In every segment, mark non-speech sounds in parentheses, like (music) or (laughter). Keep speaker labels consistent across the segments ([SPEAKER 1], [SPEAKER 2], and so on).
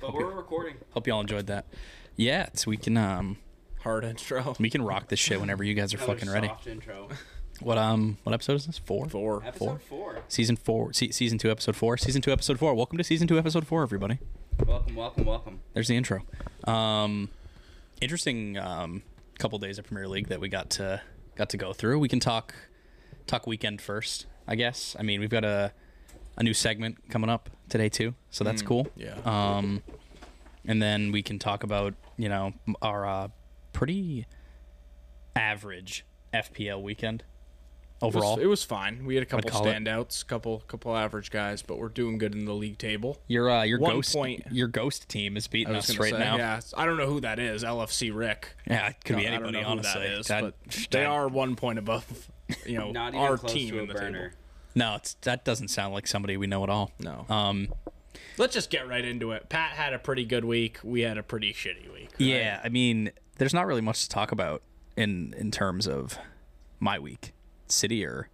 [SPEAKER 1] But we're recording.
[SPEAKER 2] Hope y'all enjoyed that. Yeah, it's, we can um
[SPEAKER 3] Hard intro.
[SPEAKER 2] (laughs) we can rock this shit whenever you guys are
[SPEAKER 1] Another
[SPEAKER 2] fucking ready.
[SPEAKER 1] Soft intro.
[SPEAKER 2] What um what episode is this? Four.
[SPEAKER 3] Four.
[SPEAKER 1] Episode
[SPEAKER 2] Four.
[SPEAKER 1] four.
[SPEAKER 2] Season four. Se- season two. Episode four. Season two. Episode four. Welcome to season two. Episode four, everybody.
[SPEAKER 1] Welcome, welcome, welcome.
[SPEAKER 2] There's the intro. Um, interesting um, couple days of Premier League that we got to got to go through. We can talk talk weekend first, I guess. I mean, we've got a a new segment coming up today too, so
[SPEAKER 3] Mm,
[SPEAKER 2] that's cool.
[SPEAKER 3] yeah.
[SPEAKER 2] Um, and then we can talk about you know our uh, pretty average FPL weekend
[SPEAKER 3] It was-
[SPEAKER 2] overall.
[SPEAKER 3] it was fine. We had a couple
[SPEAKER 2] call it.
[SPEAKER 3] standouts, couple couple average guys, but we're doing good in the league table.
[SPEAKER 2] your uh, your
[SPEAKER 3] one
[SPEAKER 2] ghost
[SPEAKER 3] point-
[SPEAKER 2] your ghost team is beating
[SPEAKER 3] I was
[SPEAKER 2] us
[SPEAKER 3] gonna
[SPEAKER 2] right
[SPEAKER 3] say,
[SPEAKER 2] now. Yeah.
[SPEAKER 3] Yeah, s- I don't know who that is. LFC Rick.
[SPEAKER 2] it could be
[SPEAKER 3] I don't
[SPEAKER 2] anybody.
[SPEAKER 3] know who
[SPEAKER 2] honestly,
[SPEAKER 3] that is,
[SPEAKER 2] I'd- (laughs)
[SPEAKER 3] but they
[SPEAKER 2] I'd-
[SPEAKER 3] are one point above. You
[SPEAKER 1] (laughs)
[SPEAKER 3] know,
[SPEAKER 1] Not even
[SPEAKER 3] our
[SPEAKER 1] close
[SPEAKER 3] team
[SPEAKER 1] to a
[SPEAKER 3] in the
[SPEAKER 1] burner.
[SPEAKER 3] table.
[SPEAKER 2] No, it's, that doesn't sound like somebody we know at all.
[SPEAKER 3] No.
[SPEAKER 2] Um,
[SPEAKER 3] Let's just get right into it. Pat had a pretty good week. We had a pretty shitty week. right?
[SPEAKER 2] Yeah, I mean, there's not really much to talk about in in terms of my week. City or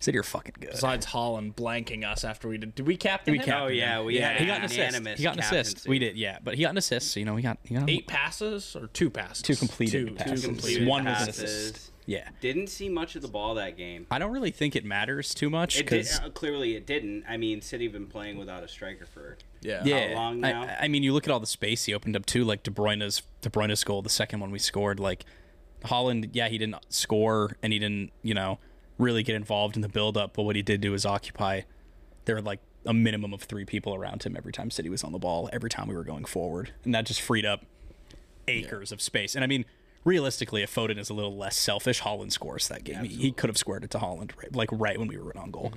[SPEAKER 2] City are fucking good.
[SPEAKER 3] Besides Holland blanking us after we did, did we captain? him?
[SPEAKER 2] captained
[SPEAKER 1] Oh, yeah,
[SPEAKER 2] him.
[SPEAKER 1] we had
[SPEAKER 2] he got an
[SPEAKER 1] unanimous
[SPEAKER 2] assist. He got an assist.
[SPEAKER 1] captaincy.
[SPEAKER 2] We did, yeah, but he got an assist. So, you know, he got he got
[SPEAKER 3] Eight passes or two passes?
[SPEAKER 2] two completed
[SPEAKER 3] Two,
[SPEAKER 2] passes.
[SPEAKER 3] two completed.
[SPEAKER 2] One was an
[SPEAKER 3] passes.
[SPEAKER 2] assist.
[SPEAKER 1] passes.
[SPEAKER 2] Yeah,
[SPEAKER 1] Didn't see much of the ball that game.
[SPEAKER 2] I don't really think it matters too much
[SPEAKER 1] It did,
[SPEAKER 2] because
[SPEAKER 1] uh, clearly it didn't. I mean, City have been playing without a striker for.
[SPEAKER 3] Yeah.
[SPEAKER 2] yeah,
[SPEAKER 1] long
[SPEAKER 2] I-
[SPEAKER 1] now?
[SPEAKER 2] I, I mean, you look at all the space he opened up too. Like De Bruyne's De Bruyne's goal, the second one we scored. Like Holland, yeah, he didn't score and he didn't, you know, really get involved in the build up. But what he did do is occupy. There were like a minimum of three people around him every time City was on the ball. Every time we were going forward, and that just freed up acres of space. And I mean. Realistically, if Foden is a little less selfish, Holland scores that game. He, he could have squared it to Holland, right, like right when we were on goal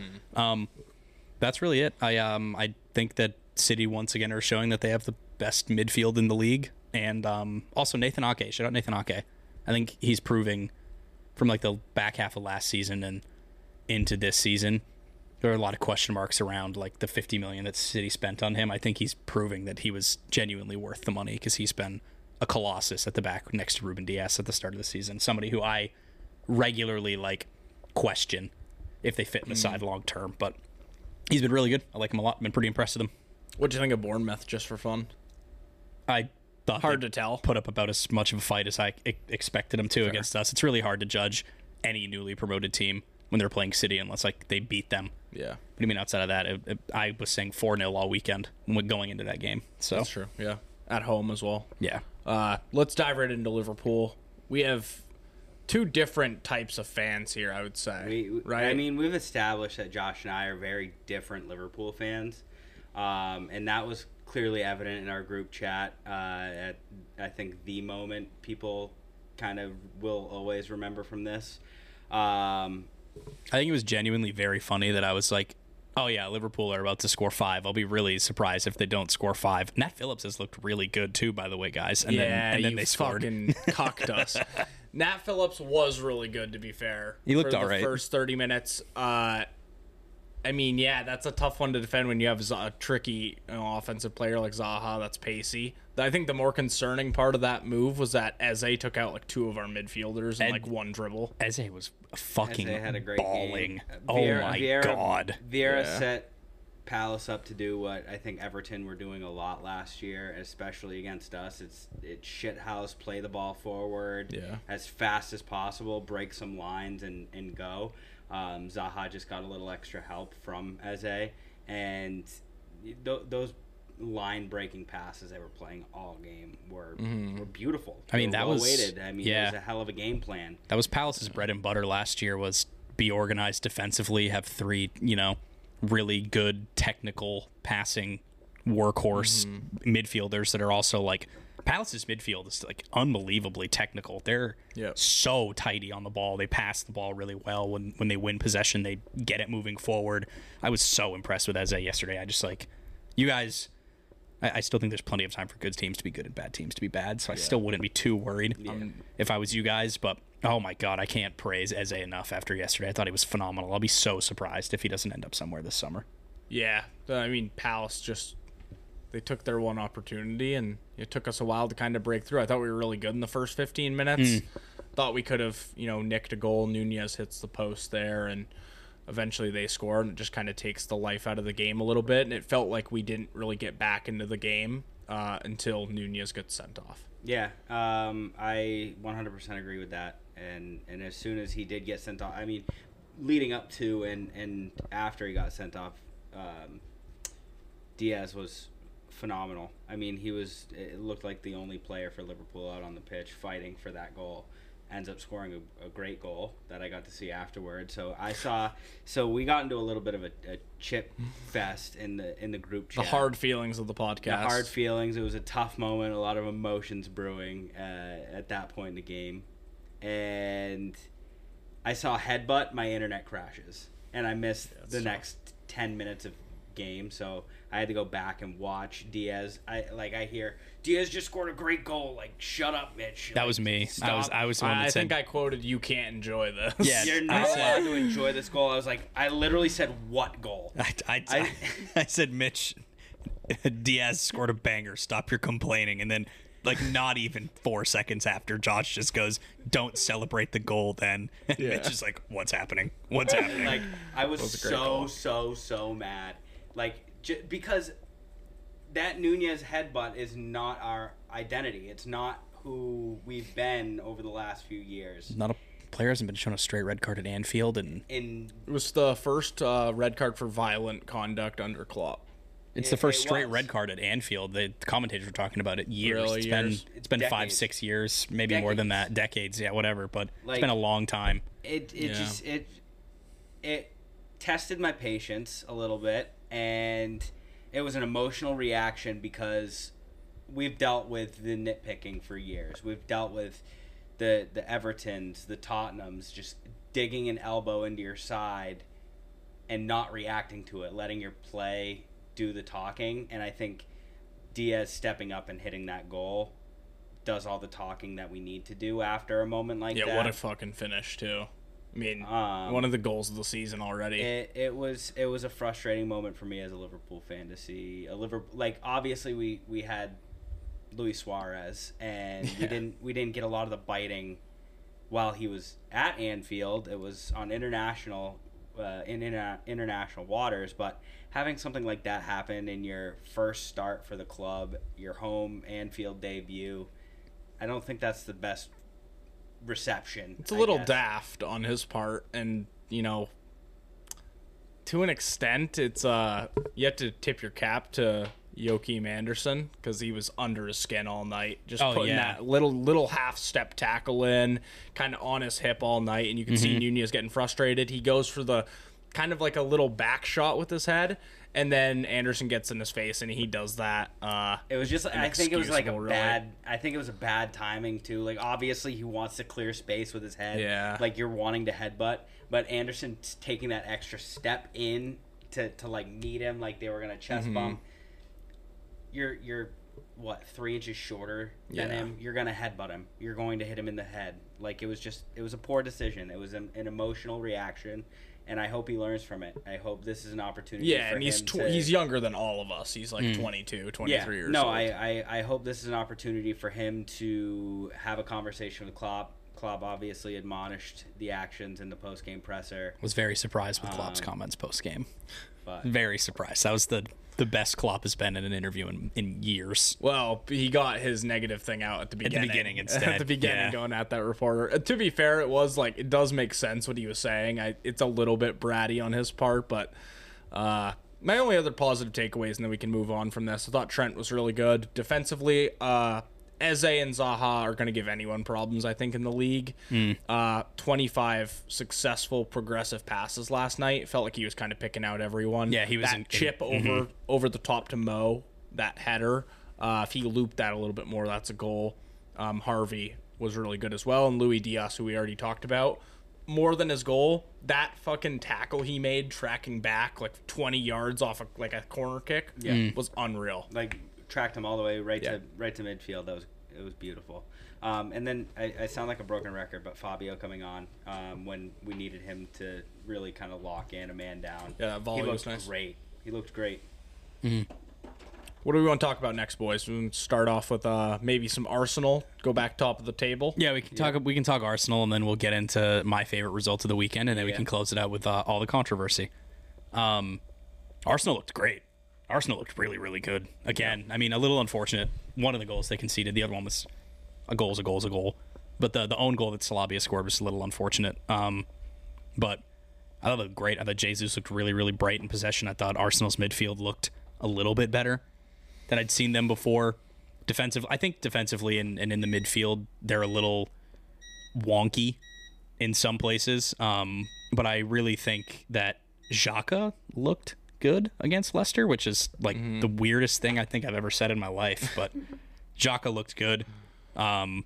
[SPEAKER 2] that's really it. I um I think that City once again are showing that they have the best midfield in the league, and um also Nathan Ake. Shout out Nathan Ake. I think he's proving from like the back half of last season and into this season. There are a lot of question marks around like the 50 million that City spent on him. I think he's proving that he was genuinely worth the money because he's been a colossus at the back next to Ruben Diaz at the start of the season. Somebody who I regularly like question if they fit in the side long term, but he's been really good. I like him a lot. Been pretty impressed with him.
[SPEAKER 3] What do you think of Bournemouth? Just for fun.
[SPEAKER 2] I thought
[SPEAKER 3] Hard
[SPEAKER 2] they
[SPEAKER 3] to tell.
[SPEAKER 2] put up about as much of a fight as I e- expected them to against us. It's really hard to judge any newly promoted team when they're playing City unless like they beat them.
[SPEAKER 3] Yeah.
[SPEAKER 2] But I mean, outside of that, it, it- I was saying four 0 all weekend when going into that game. So
[SPEAKER 3] That's true. Yeah. At home as well.
[SPEAKER 2] yeah,
[SPEAKER 3] Uh, let's dive right into Liverpool. We have two different types of fans here, I would say.
[SPEAKER 1] We, we-
[SPEAKER 3] right?
[SPEAKER 1] I mean, we've established that Josh and I are very different Liverpool fans, um, and that was clearly evident in our group chat. Uh, at I think the moment people kind of will always remember from this. Um,
[SPEAKER 2] I think it was genuinely very funny that I was like. Oh yeah, Liverpool are about to score five. I'll be really surprised if they don't score five. Nat Phillips has looked really good too, by the way, guys. And
[SPEAKER 3] yeah,
[SPEAKER 2] then and then
[SPEAKER 3] you
[SPEAKER 2] they scored. (laughs)
[SPEAKER 3] fucking cocked us. Nat Phillips was really good, to be fair.
[SPEAKER 2] He looked
[SPEAKER 3] for the
[SPEAKER 2] all right.
[SPEAKER 3] First thirty minutes. Uh, I mean, yeah, that's a tough one to defend when you have Z- a tricky you know, offensive player like Zaha. That's pacey. I think the more concerning part of that move was that Eze took out like two of our midfielders in like one dribble.
[SPEAKER 2] Eze was fucking
[SPEAKER 1] They had a great
[SPEAKER 2] balling.
[SPEAKER 1] game.
[SPEAKER 2] Oh
[SPEAKER 1] Vieira-
[SPEAKER 2] my
[SPEAKER 1] Vieira-
[SPEAKER 2] god.
[SPEAKER 1] Vieira
[SPEAKER 3] Yeah.
[SPEAKER 1] set Palace up to do what I think Everton were doing a lot last year, especially against us. It's it's shithouse, play the ball forward
[SPEAKER 3] Yeah.
[SPEAKER 1] as fast as possible, break some lines and and go. Um, Zaha just got a little extra help from Eze, and th- those line breaking passes they were playing all game were were beautiful.
[SPEAKER 2] Mm-hmm. I mean,
[SPEAKER 1] They were
[SPEAKER 2] that was-
[SPEAKER 1] weighted. I mean,
[SPEAKER 2] yeah.
[SPEAKER 1] it was a hell of a game plan.
[SPEAKER 2] That was Palace's bread and butter last year was be organized defensively, have three, you know, really good technical passing workhorse
[SPEAKER 1] Mm-hmm.
[SPEAKER 2] midfielders that are also like Palace's midfield is like unbelievably technical. They're
[SPEAKER 3] Yep.
[SPEAKER 2] so tidy on the ball. They pass the ball really well. When when they win possession, they get it moving forward. I was so impressed with Eze yesterday. I just like you guys I, I still think there's plenty of time for good teams to be good and bad teams to be bad. So I still wouldn't be too worried um, if I was you guys. But oh my god, I can't praise Eze enough after yesterday. I thought he was phenomenal. I'll be so surprised if he doesn't end up somewhere this summer.
[SPEAKER 3] Yeah, I mean Palace just they took their one opportunity, and it took us a while to kind of break through. I thought we were really good in the first 15 minutes.
[SPEAKER 1] Hmm.
[SPEAKER 3] Thought we could have you know nicked a goal. Nunez hits the post there, and eventually they score, and it just kind of takes the life out of the game a little bit. And it felt like we didn't really get back into the game. Uh, uh, until Nunez gets sent off.
[SPEAKER 1] Yeah, um, I 100% agree with that. And and as soon as he did get sent off, I mean, leading up to and and after he got sent off, um, Diaz was phenomenal. I mean, he was it looked like the only player for Liverpool out on the pitch fighting for that goal. Ends up scoring a, a great goal that I got to see afterward. So I saw. So we got into a little bit of a, a chip fest in the in the group
[SPEAKER 3] The
[SPEAKER 1] chat
[SPEAKER 3] hard feelings of the podcast.
[SPEAKER 1] the hard feelings. It was a tough moment, a lot of emotions brewing uh, at that point in the game, and I saw headbutt. My internet crashes, and I missed the
[SPEAKER 3] tough.
[SPEAKER 1] next ten minutes of game. So I had to go back and watch Diaz. I like I hear Diaz just scored a great goal. Like shut up, bitch.
[SPEAKER 2] That
[SPEAKER 1] Like,
[SPEAKER 2] was me. I was
[SPEAKER 1] stop.
[SPEAKER 2] I was the one that
[SPEAKER 3] I
[SPEAKER 2] said
[SPEAKER 3] think I quoted, "You can't enjoy this."
[SPEAKER 2] Yeah.
[SPEAKER 1] You're
[SPEAKER 2] I
[SPEAKER 1] not allowed
[SPEAKER 2] said-
[SPEAKER 1] to enjoy this goal. I was like, I literally said what goal?
[SPEAKER 2] I, I, I, (laughs) said, Mitch (laughs) Diaz scored a banger. Stop your complaining. And then, like, not even four seconds after, Josh just goes, Don't celebrate the goal then. (laughs) And
[SPEAKER 3] Yeah.
[SPEAKER 2] Mitch is like, What's happening?
[SPEAKER 3] (laughs)
[SPEAKER 2] What's happening?
[SPEAKER 1] like I was,
[SPEAKER 3] was a great
[SPEAKER 1] so
[SPEAKER 3] goal.
[SPEAKER 1] so so mad, like j- because that Nunez headbutt is not our identity. It's not who we've been over the last few years.
[SPEAKER 2] not a player hasn't been shown a straight red card at Anfield and
[SPEAKER 1] In
[SPEAKER 3] (laughs) It was the first uh, red card for violent conduct under Klopp.
[SPEAKER 2] it's
[SPEAKER 1] It-
[SPEAKER 2] the first
[SPEAKER 1] it
[SPEAKER 2] straight
[SPEAKER 1] was.
[SPEAKER 2] red card at Anfield. The commentators were talking about it years.
[SPEAKER 3] Really,
[SPEAKER 2] It's
[SPEAKER 3] years?
[SPEAKER 2] been it's been five,
[SPEAKER 1] Decades.
[SPEAKER 2] six years, maybe more than
[SPEAKER 1] Decades.
[SPEAKER 2] that. Decades, yeah, whatever. But
[SPEAKER 1] Like-
[SPEAKER 2] it's been a long time.
[SPEAKER 1] it it
[SPEAKER 3] Yeah.
[SPEAKER 1] just it it tested my patience a little bit and it was an emotional reaction because we've dealt with the nitpicking for years we've dealt with the the evertons the tottenhams just digging an elbow into your side and not reacting to it letting your play do the talking and i think diaz stepping up and hitting that goal does all the talking that we need to do after a moment like
[SPEAKER 3] Yeah,
[SPEAKER 1] that
[SPEAKER 3] what a fucking finish too. I mean,
[SPEAKER 1] Um,
[SPEAKER 3] one of the goals of the season already.
[SPEAKER 1] it, it was it was a frustrating moment for me as a Liverpool fan to see a Liverpool like obviously we we had Luis Suarez and we
[SPEAKER 3] Yeah.
[SPEAKER 1] didn't we didn't get a lot of the biting while he was at Anfield it was on international uh, in interna- international waters but having something like that happen in your first start for the club your home Anfield debut I don't think that's the best reception
[SPEAKER 3] it's a little
[SPEAKER 1] down.
[SPEAKER 3] daft on his part, and you know, to an extent, it's uh, you have to tip your cap to Joachim Anderson because he was under his skin all night, just
[SPEAKER 2] Oh,
[SPEAKER 3] putting
[SPEAKER 2] yeah.
[SPEAKER 3] that little little half step tackle in, kind of on his hip all night, and you can see
[SPEAKER 2] Mm-hmm.
[SPEAKER 3] Nunez getting frustrated. He goes for the kind of like a little back shot with his head. And then Anderson gets in his face, and he does that. Uh,
[SPEAKER 1] It was just. I think it was like a
[SPEAKER 3] inexcusable, really.
[SPEAKER 1] bad. I think it was a bad timing too. Like obviously he wants to clear space with his head.
[SPEAKER 3] Yeah.
[SPEAKER 1] Like you're wanting to headbutt, but Anderson t- taking that extra step in to to like meet him, like they were gonna chest
[SPEAKER 3] Mm-hmm.
[SPEAKER 1] bump. You're you're what three inches shorter than
[SPEAKER 3] Yeah.
[SPEAKER 1] him. You're gonna headbutt him. You're going to hit him in the head. Like it was just. It was a poor decision. It was an, an emotional reaction. And I hope he learns from it. I hope this is an opportunity.
[SPEAKER 3] Yeah,
[SPEAKER 1] for
[SPEAKER 3] and he's
[SPEAKER 1] him
[SPEAKER 3] tw-
[SPEAKER 1] to-
[SPEAKER 3] he's younger than all of us. He's
[SPEAKER 2] Hmm.
[SPEAKER 3] like 22, 23 years
[SPEAKER 1] no,
[SPEAKER 3] old.
[SPEAKER 1] I, I, I hope this is an opportunity for him to have a conversation with Klopp. Klopp obviously admonished the actions in the post game presser,
[SPEAKER 2] Was very surprised with Klopp's
[SPEAKER 3] Uh,
[SPEAKER 2] comments post game.
[SPEAKER 1] but
[SPEAKER 2] Very surprised. That was the the best Klopp has been in an interview in, in years.
[SPEAKER 3] Well, he got his negative thing out at the beginning.
[SPEAKER 2] beginning instead,
[SPEAKER 3] (laughs) At the beginning,
[SPEAKER 2] yeah.
[SPEAKER 3] going at that reporter. Uh, to be fair, it was like it does make sense what he was saying. I, it's a little bit bratty on his part, but uh, my only other positive takeaways, and then we can move on from this. I thought Trent was really good defensively. Uh, Eze and Zaha are going to give anyone problems, I think, in the league.
[SPEAKER 2] Hmm.
[SPEAKER 3] Uh, 25 successful progressive passes last night. It felt like he was kind of picking out everyone.
[SPEAKER 2] Yeah, he was
[SPEAKER 3] that
[SPEAKER 2] in- in-
[SPEAKER 3] chip over over the top to Mo that header. Uh, if he looped that a little bit more, that's a goal. Um, Harvey was really good as well, and Louis Diaz, who we already talked about, more than his goal. That fucking tackle he made, tracking back like 20 yards off of, like a corner kick, was unreal.
[SPEAKER 1] like tracked him all the way right
[SPEAKER 3] Yeah.
[SPEAKER 1] to right to midfield. That was it was beautiful. Um, and then I, I sound like a broken record, but Fabio coming on um, when we needed him to really kind of lock in a man down.
[SPEAKER 3] Yeah, that volley
[SPEAKER 1] he
[SPEAKER 3] was
[SPEAKER 1] looked
[SPEAKER 3] nice.
[SPEAKER 1] great. He looked great.
[SPEAKER 3] What do we want to talk about next, boys? We can start off with uh, maybe some Arsenal. Go back top of the table.
[SPEAKER 2] Yeah, we can talk. We can talk Arsenal, and then we'll get into my favorite results of the weekend, and then we
[SPEAKER 1] Yeah.
[SPEAKER 2] can close it out with uh, all the controversy. Um, Arsenal looked great. Arsenal looked really, really good. Again, I mean, a little unfortunate. One of the goals they conceded, the other one was a goal's a goal's a goal. But the the own goal that Salabia scored was a little unfortunate. Um, but I thought it looked great. I thought Jesus looked really, really bright in possession. I thought Arsenal's midfield looked a little bit better than I'd seen them before. Defensive, I think defensively and, and in the midfield, they're a little wonky in some places. Um, but I really think that Xhaka looked good against Leicester, which is like the weirdest thing I think I've ever said in my life. But Xhaka looked good. Um,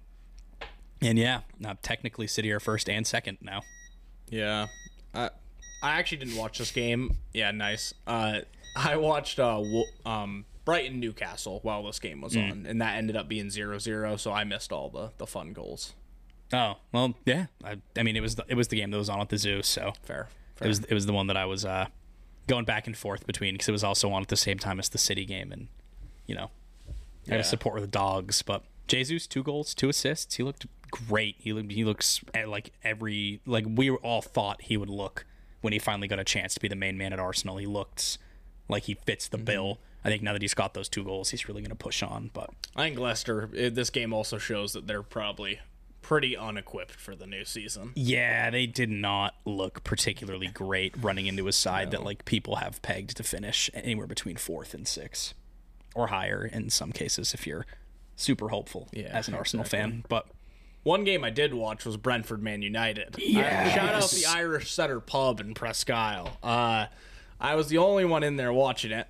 [SPEAKER 2] and yeah, now technically City are first and second now.
[SPEAKER 3] Yeah. I I actually didn't watch this game. Yeah, nice. Uh, I watched uh, Wo- um, Brighton Newcastle while this game was on, and that ended up being 0-0, so I missed all the, the fun goals.
[SPEAKER 2] Oh well, yeah. I, I mean, it was the, it was the game that was on at the zoo, so
[SPEAKER 3] Fair.
[SPEAKER 2] it
[SPEAKER 3] Fair.
[SPEAKER 2] was it was the one that I was uh, going back and forth between because it was also on at the same time as the city game, and you know, I had
[SPEAKER 3] Yeah.
[SPEAKER 2] to support the dogs. But Jesus, two goals, two assists. He looked great. He looked he looks at like every like we all thought he would look when he finally got a chance to be the main man at Arsenal. He looked like he fits the bill. I think now that he's got those two goals, he's really going to push on. But
[SPEAKER 3] I think Leicester, eh, this game also shows that they're probably pretty unequipped for the new season.
[SPEAKER 2] Yeah, they did not look particularly great running into a side that like people have pegged to finish anywhere between fourth and sixth or higher in some cases if you're super hopeful
[SPEAKER 3] Yeah,
[SPEAKER 2] as an Arsenal fan. But
[SPEAKER 3] One game I did watch was Brentford Man United.
[SPEAKER 2] Yes.
[SPEAKER 3] Uh, shout out the Irish Setter Pub in Presque Isle. Uh, I was the only one in there watching it,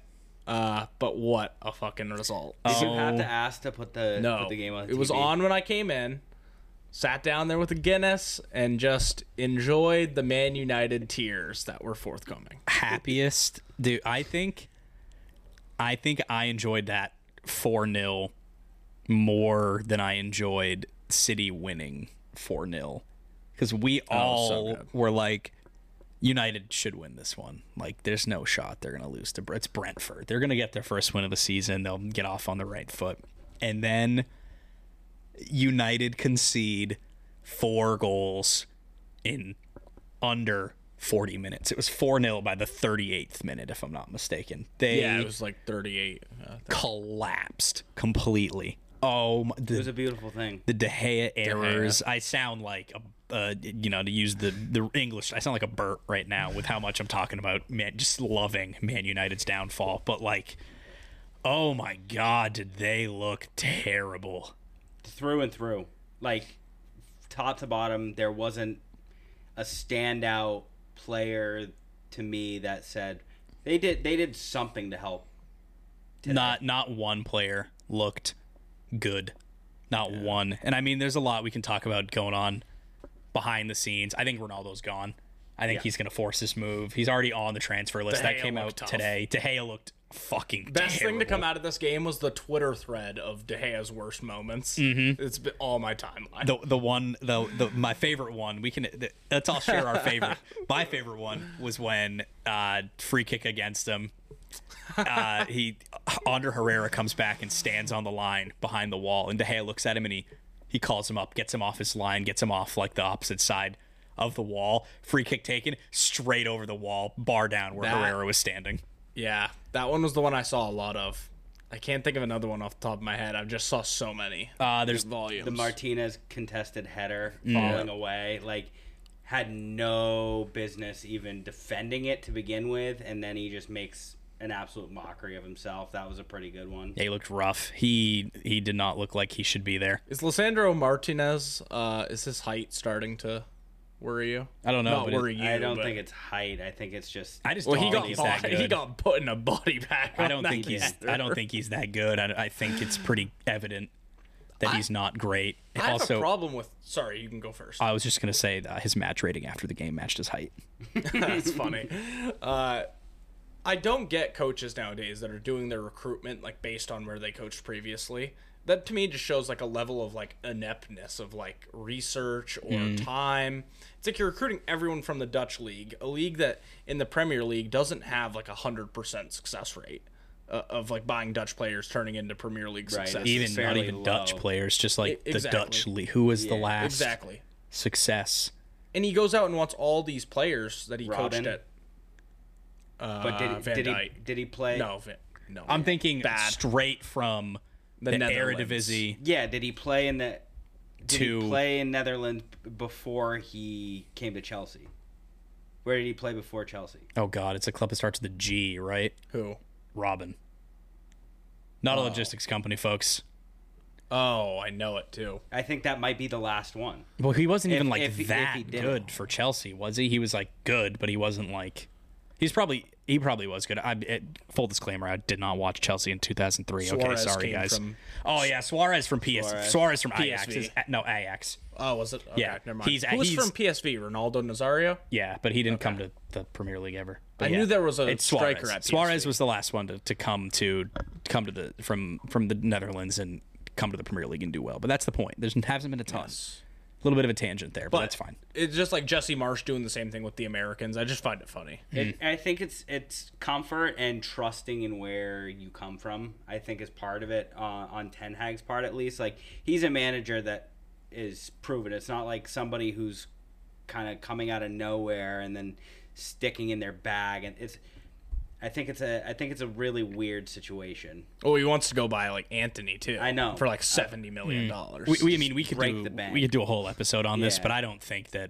[SPEAKER 3] uh, but what a fucking result.
[SPEAKER 1] Did you have
[SPEAKER 2] Oh.
[SPEAKER 1] to ask to put the
[SPEAKER 3] No,
[SPEAKER 1] put the game on?
[SPEAKER 3] it was
[SPEAKER 1] TV?
[SPEAKER 3] on when I came in. Sat down there with a Guinness and just enjoyed the Man United tears that were forthcoming.
[SPEAKER 2] happiest dude, I think I think I enjoyed that 4-0 more than I enjoyed City winning 4-0 cuz we all
[SPEAKER 3] good.
[SPEAKER 2] were like United should win this one. Like, there's no shot they're gonna lose to Br- it's Brentford. They're gonna get their first win of the season. They'll get off on the right foot, and then United concede four goals in under 40 minutes. It was four 0 by the 38th minute, if I'm not mistaken. They
[SPEAKER 3] Yeah, it was like 38. Uh,
[SPEAKER 2] collapsed completely. Oh, my,
[SPEAKER 1] It was a beautiful thing.
[SPEAKER 2] the De Gea errors. I sound like a, uh, you know, to use the the English, I sound like a Burt right now with how much I'm talking about man, just loving Man United's downfall. But like, oh my God, did they look terrible?
[SPEAKER 1] through and through. Like top to bottom, there wasn't a standout player to me that said they did they did something to help.
[SPEAKER 2] Not not one player looked good, not one. And I mean, there's a lot we can talk about going on behind the scenes. I think Ronaldo's gone. I think he's going to force this move. He's already on the transfer list. that
[SPEAKER 3] Gea
[SPEAKER 2] came out
[SPEAKER 3] looked tough.
[SPEAKER 2] today. De Gea looked fucking
[SPEAKER 3] Best thing to
[SPEAKER 2] terrible.
[SPEAKER 3] come out of this game was the Twitter thread of De Gea's worst moments. It's been all my timeline.
[SPEAKER 2] Mm-hmm. the the one the, the my favorite one we can th- let's all share our
[SPEAKER 3] (laughs)
[SPEAKER 2] favorite my favorite one was when uh free kick against him uh he Andre Herrera comes back and stands on the line behind the wall and De Gea looks at him and he he calls him up gets him off his line gets him off like the opposite side of the wall free kick taken straight over the wall bar down where
[SPEAKER 3] That-
[SPEAKER 2] Herrera was standing
[SPEAKER 3] yeah, that one was the one I saw a lot of. I can't think of another one off the top of my head. I just saw so many.
[SPEAKER 2] uh there's
[SPEAKER 3] volumes.
[SPEAKER 1] The Martinez contested header falling away, like had no business even defending it to begin with, and then he just makes an absolute mockery of himself. That was a pretty good one.
[SPEAKER 2] he looked rough he he did not look like he should be there
[SPEAKER 3] Is Lissandro Martinez? Uh, is his height starting to worry you?
[SPEAKER 2] I don't know,
[SPEAKER 3] Not
[SPEAKER 2] but it-
[SPEAKER 3] worry you.
[SPEAKER 1] I don't
[SPEAKER 3] but-
[SPEAKER 1] think it's height. I think it's just
[SPEAKER 2] I just
[SPEAKER 3] Well,
[SPEAKER 2] don't
[SPEAKER 3] he
[SPEAKER 2] think
[SPEAKER 3] got
[SPEAKER 2] he's that
[SPEAKER 3] body, he
[SPEAKER 2] good.
[SPEAKER 3] got put in a body bag.
[SPEAKER 2] I don't think he's. I don't think he's that good. I, I think it's pretty evident that he's not great.
[SPEAKER 3] (laughs) I have a
[SPEAKER 2] also, Uh,
[SPEAKER 3] problem with. Sorry, you can go first.
[SPEAKER 2] I was just gonna say that his match rating after the game matched his height.
[SPEAKER 3] (laughs) That's funny. Uh, I don't get coaches nowadays that are doing their recruitment like based on where they coached previously. That to me just shows like a level of like ineptness of like research or
[SPEAKER 2] Mm.
[SPEAKER 3] time. It's like you're recruiting everyone from the Dutch league, a league that in the Premier League doesn't have like a hundred percent success rate uh, of like buying Dutch players turning into Premier League
[SPEAKER 1] Right,
[SPEAKER 3] success.
[SPEAKER 1] it's
[SPEAKER 2] Even not
[SPEAKER 1] fairly
[SPEAKER 2] even
[SPEAKER 1] low.
[SPEAKER 2] Dutch players, just like
[SPEAKER 3] E-
[SPEAKER 2] the
[SPEAKER 3] exactly.
[SPEAKER 2] Dutch league. Who was the
[SPEAKER 1] Yeah,
[SPEAKER 2] last
[SPEAKER 3] exactly.
[SPEAKER 2] success?
[SPEAKER 3] And he goes out and wants all these players that he
[SPEAKER 1] Robin?
[SPEAKER 3] coached at. Uh,
[SPEAKER 1] But did,
[SPEAKER 3] Van
[SPEAKER 1] did he
[SPEAKER 3] Dijk.
[SPEAKER 1] did he play?
[SPEAKER 3] No, Van, No,
[SPEAKER 2] I'm
[SPEAKER 3] yeah.
[SPEAKER 2] thinking
[SPEAKER 3] Bad.
[SPEAKER 2] straight from the,
[SPEAKER 3] The Netherlands.
[SPEAKER 2] Eredivisie.
[SPEAKER 1] Yeah, did he play in the did
[SPEAKER 2] To-
[SPEAKER 1] he play in Netherlands b- before he came to Chelsea? Where did he play before Chelsea?
[SPEAKER 2] Oh God, it's a club that starts with a G, right?
[SPEAKER 3] Who?
[SPEAKER 2] Robin. Not a logistics company, folks.
[SPEAKER 3] Oh, I know it too.
[SPEAKER 1] I think that might be the last one.
[SPEAKER 2] Well, he wasn't even
[SPEAKER 1] If-
[SPEAKER 2] like
[SPEAKER 1] if he- if
[SPEAKER 2] that
[SPEAKER 1] he did.
[SPEAKER 2] good for Chelsea, was he? He was like good, but he wasn't like. He's probably he probably was good. I it, full disclaimer, I did not watch Chelsea in 2003.
[SPEAKER 3] Suarez
[SPEAKER 2] okay, sorry
[SPEAKER 3] came
[SPEAKER 2] guys.
[SPEAKER 3] from-
[SPEAKER 2] oh yeah, Suarez from PS Suarez,
[SPEAKER 1] Suarez.
[SPEAKER 2] from Ajax
[SPEAKER 3] PSV.
[SPEAKER 2] is no Ajax.
[SPEAKER 3] Oh, was it? Okay,
[SPEAKER 2] Yeah,
[SPEAKER 3] never mind.
[SPEAKER 2] he's-
[SPEAKER 3] Who was
[SPEAKER 2] he's-
[SPEAKER 3] from PSV? Ronaldo Nazario.
[SPEAKER 2] Yeah, but he didn't come to the Premier League ever. But
[SPEAKER 3] I
[SPEAKER 2] yeah.
[SPEAKER 3] knew there was a
[SPEAKER 2] It's
[SPEAKER 3] striker
[SPEAKER 2] Suarez.
[SPEAKER 3] at PSV.
[SPEAKER 2] Suarez was the last one to, to come to come to the from from the Netherlands and come to the Premier League and do well. But that's the point. There's hasn't been a ton. A little bit of a tangent there, but, that's fine.
[SPEAKER 3] It's just like Jesse Marsh doing the same thing with the Americans. I just find it funny.
[SPEAKER 1] It, I think it's it's comfort and trusting in where you come from. I think is part of it uh, on Ten Hag's part at least. Like he's a manager that is proven. It's not like somebody who's kind of coming out of nowhere and then sticking in their bag. And it's I think it's a I think it's a really weird situation.
[SPEAKER 3] Oh, he wants to go buy like Anthony too.
[SPEAKER 1] I know.
[SPEAKER 3] for like seventy million dollars.
[SPEAKER 2] We, we I mean we could
[SPEAKER 1] break
[SPEAKER 2] do
[SPEAKER 1] the bank.
[SPEAKER 2] we could do a whole episode on this,
[SPEAKER 1] Yeah.
[SPEAKER 2] but I don't think that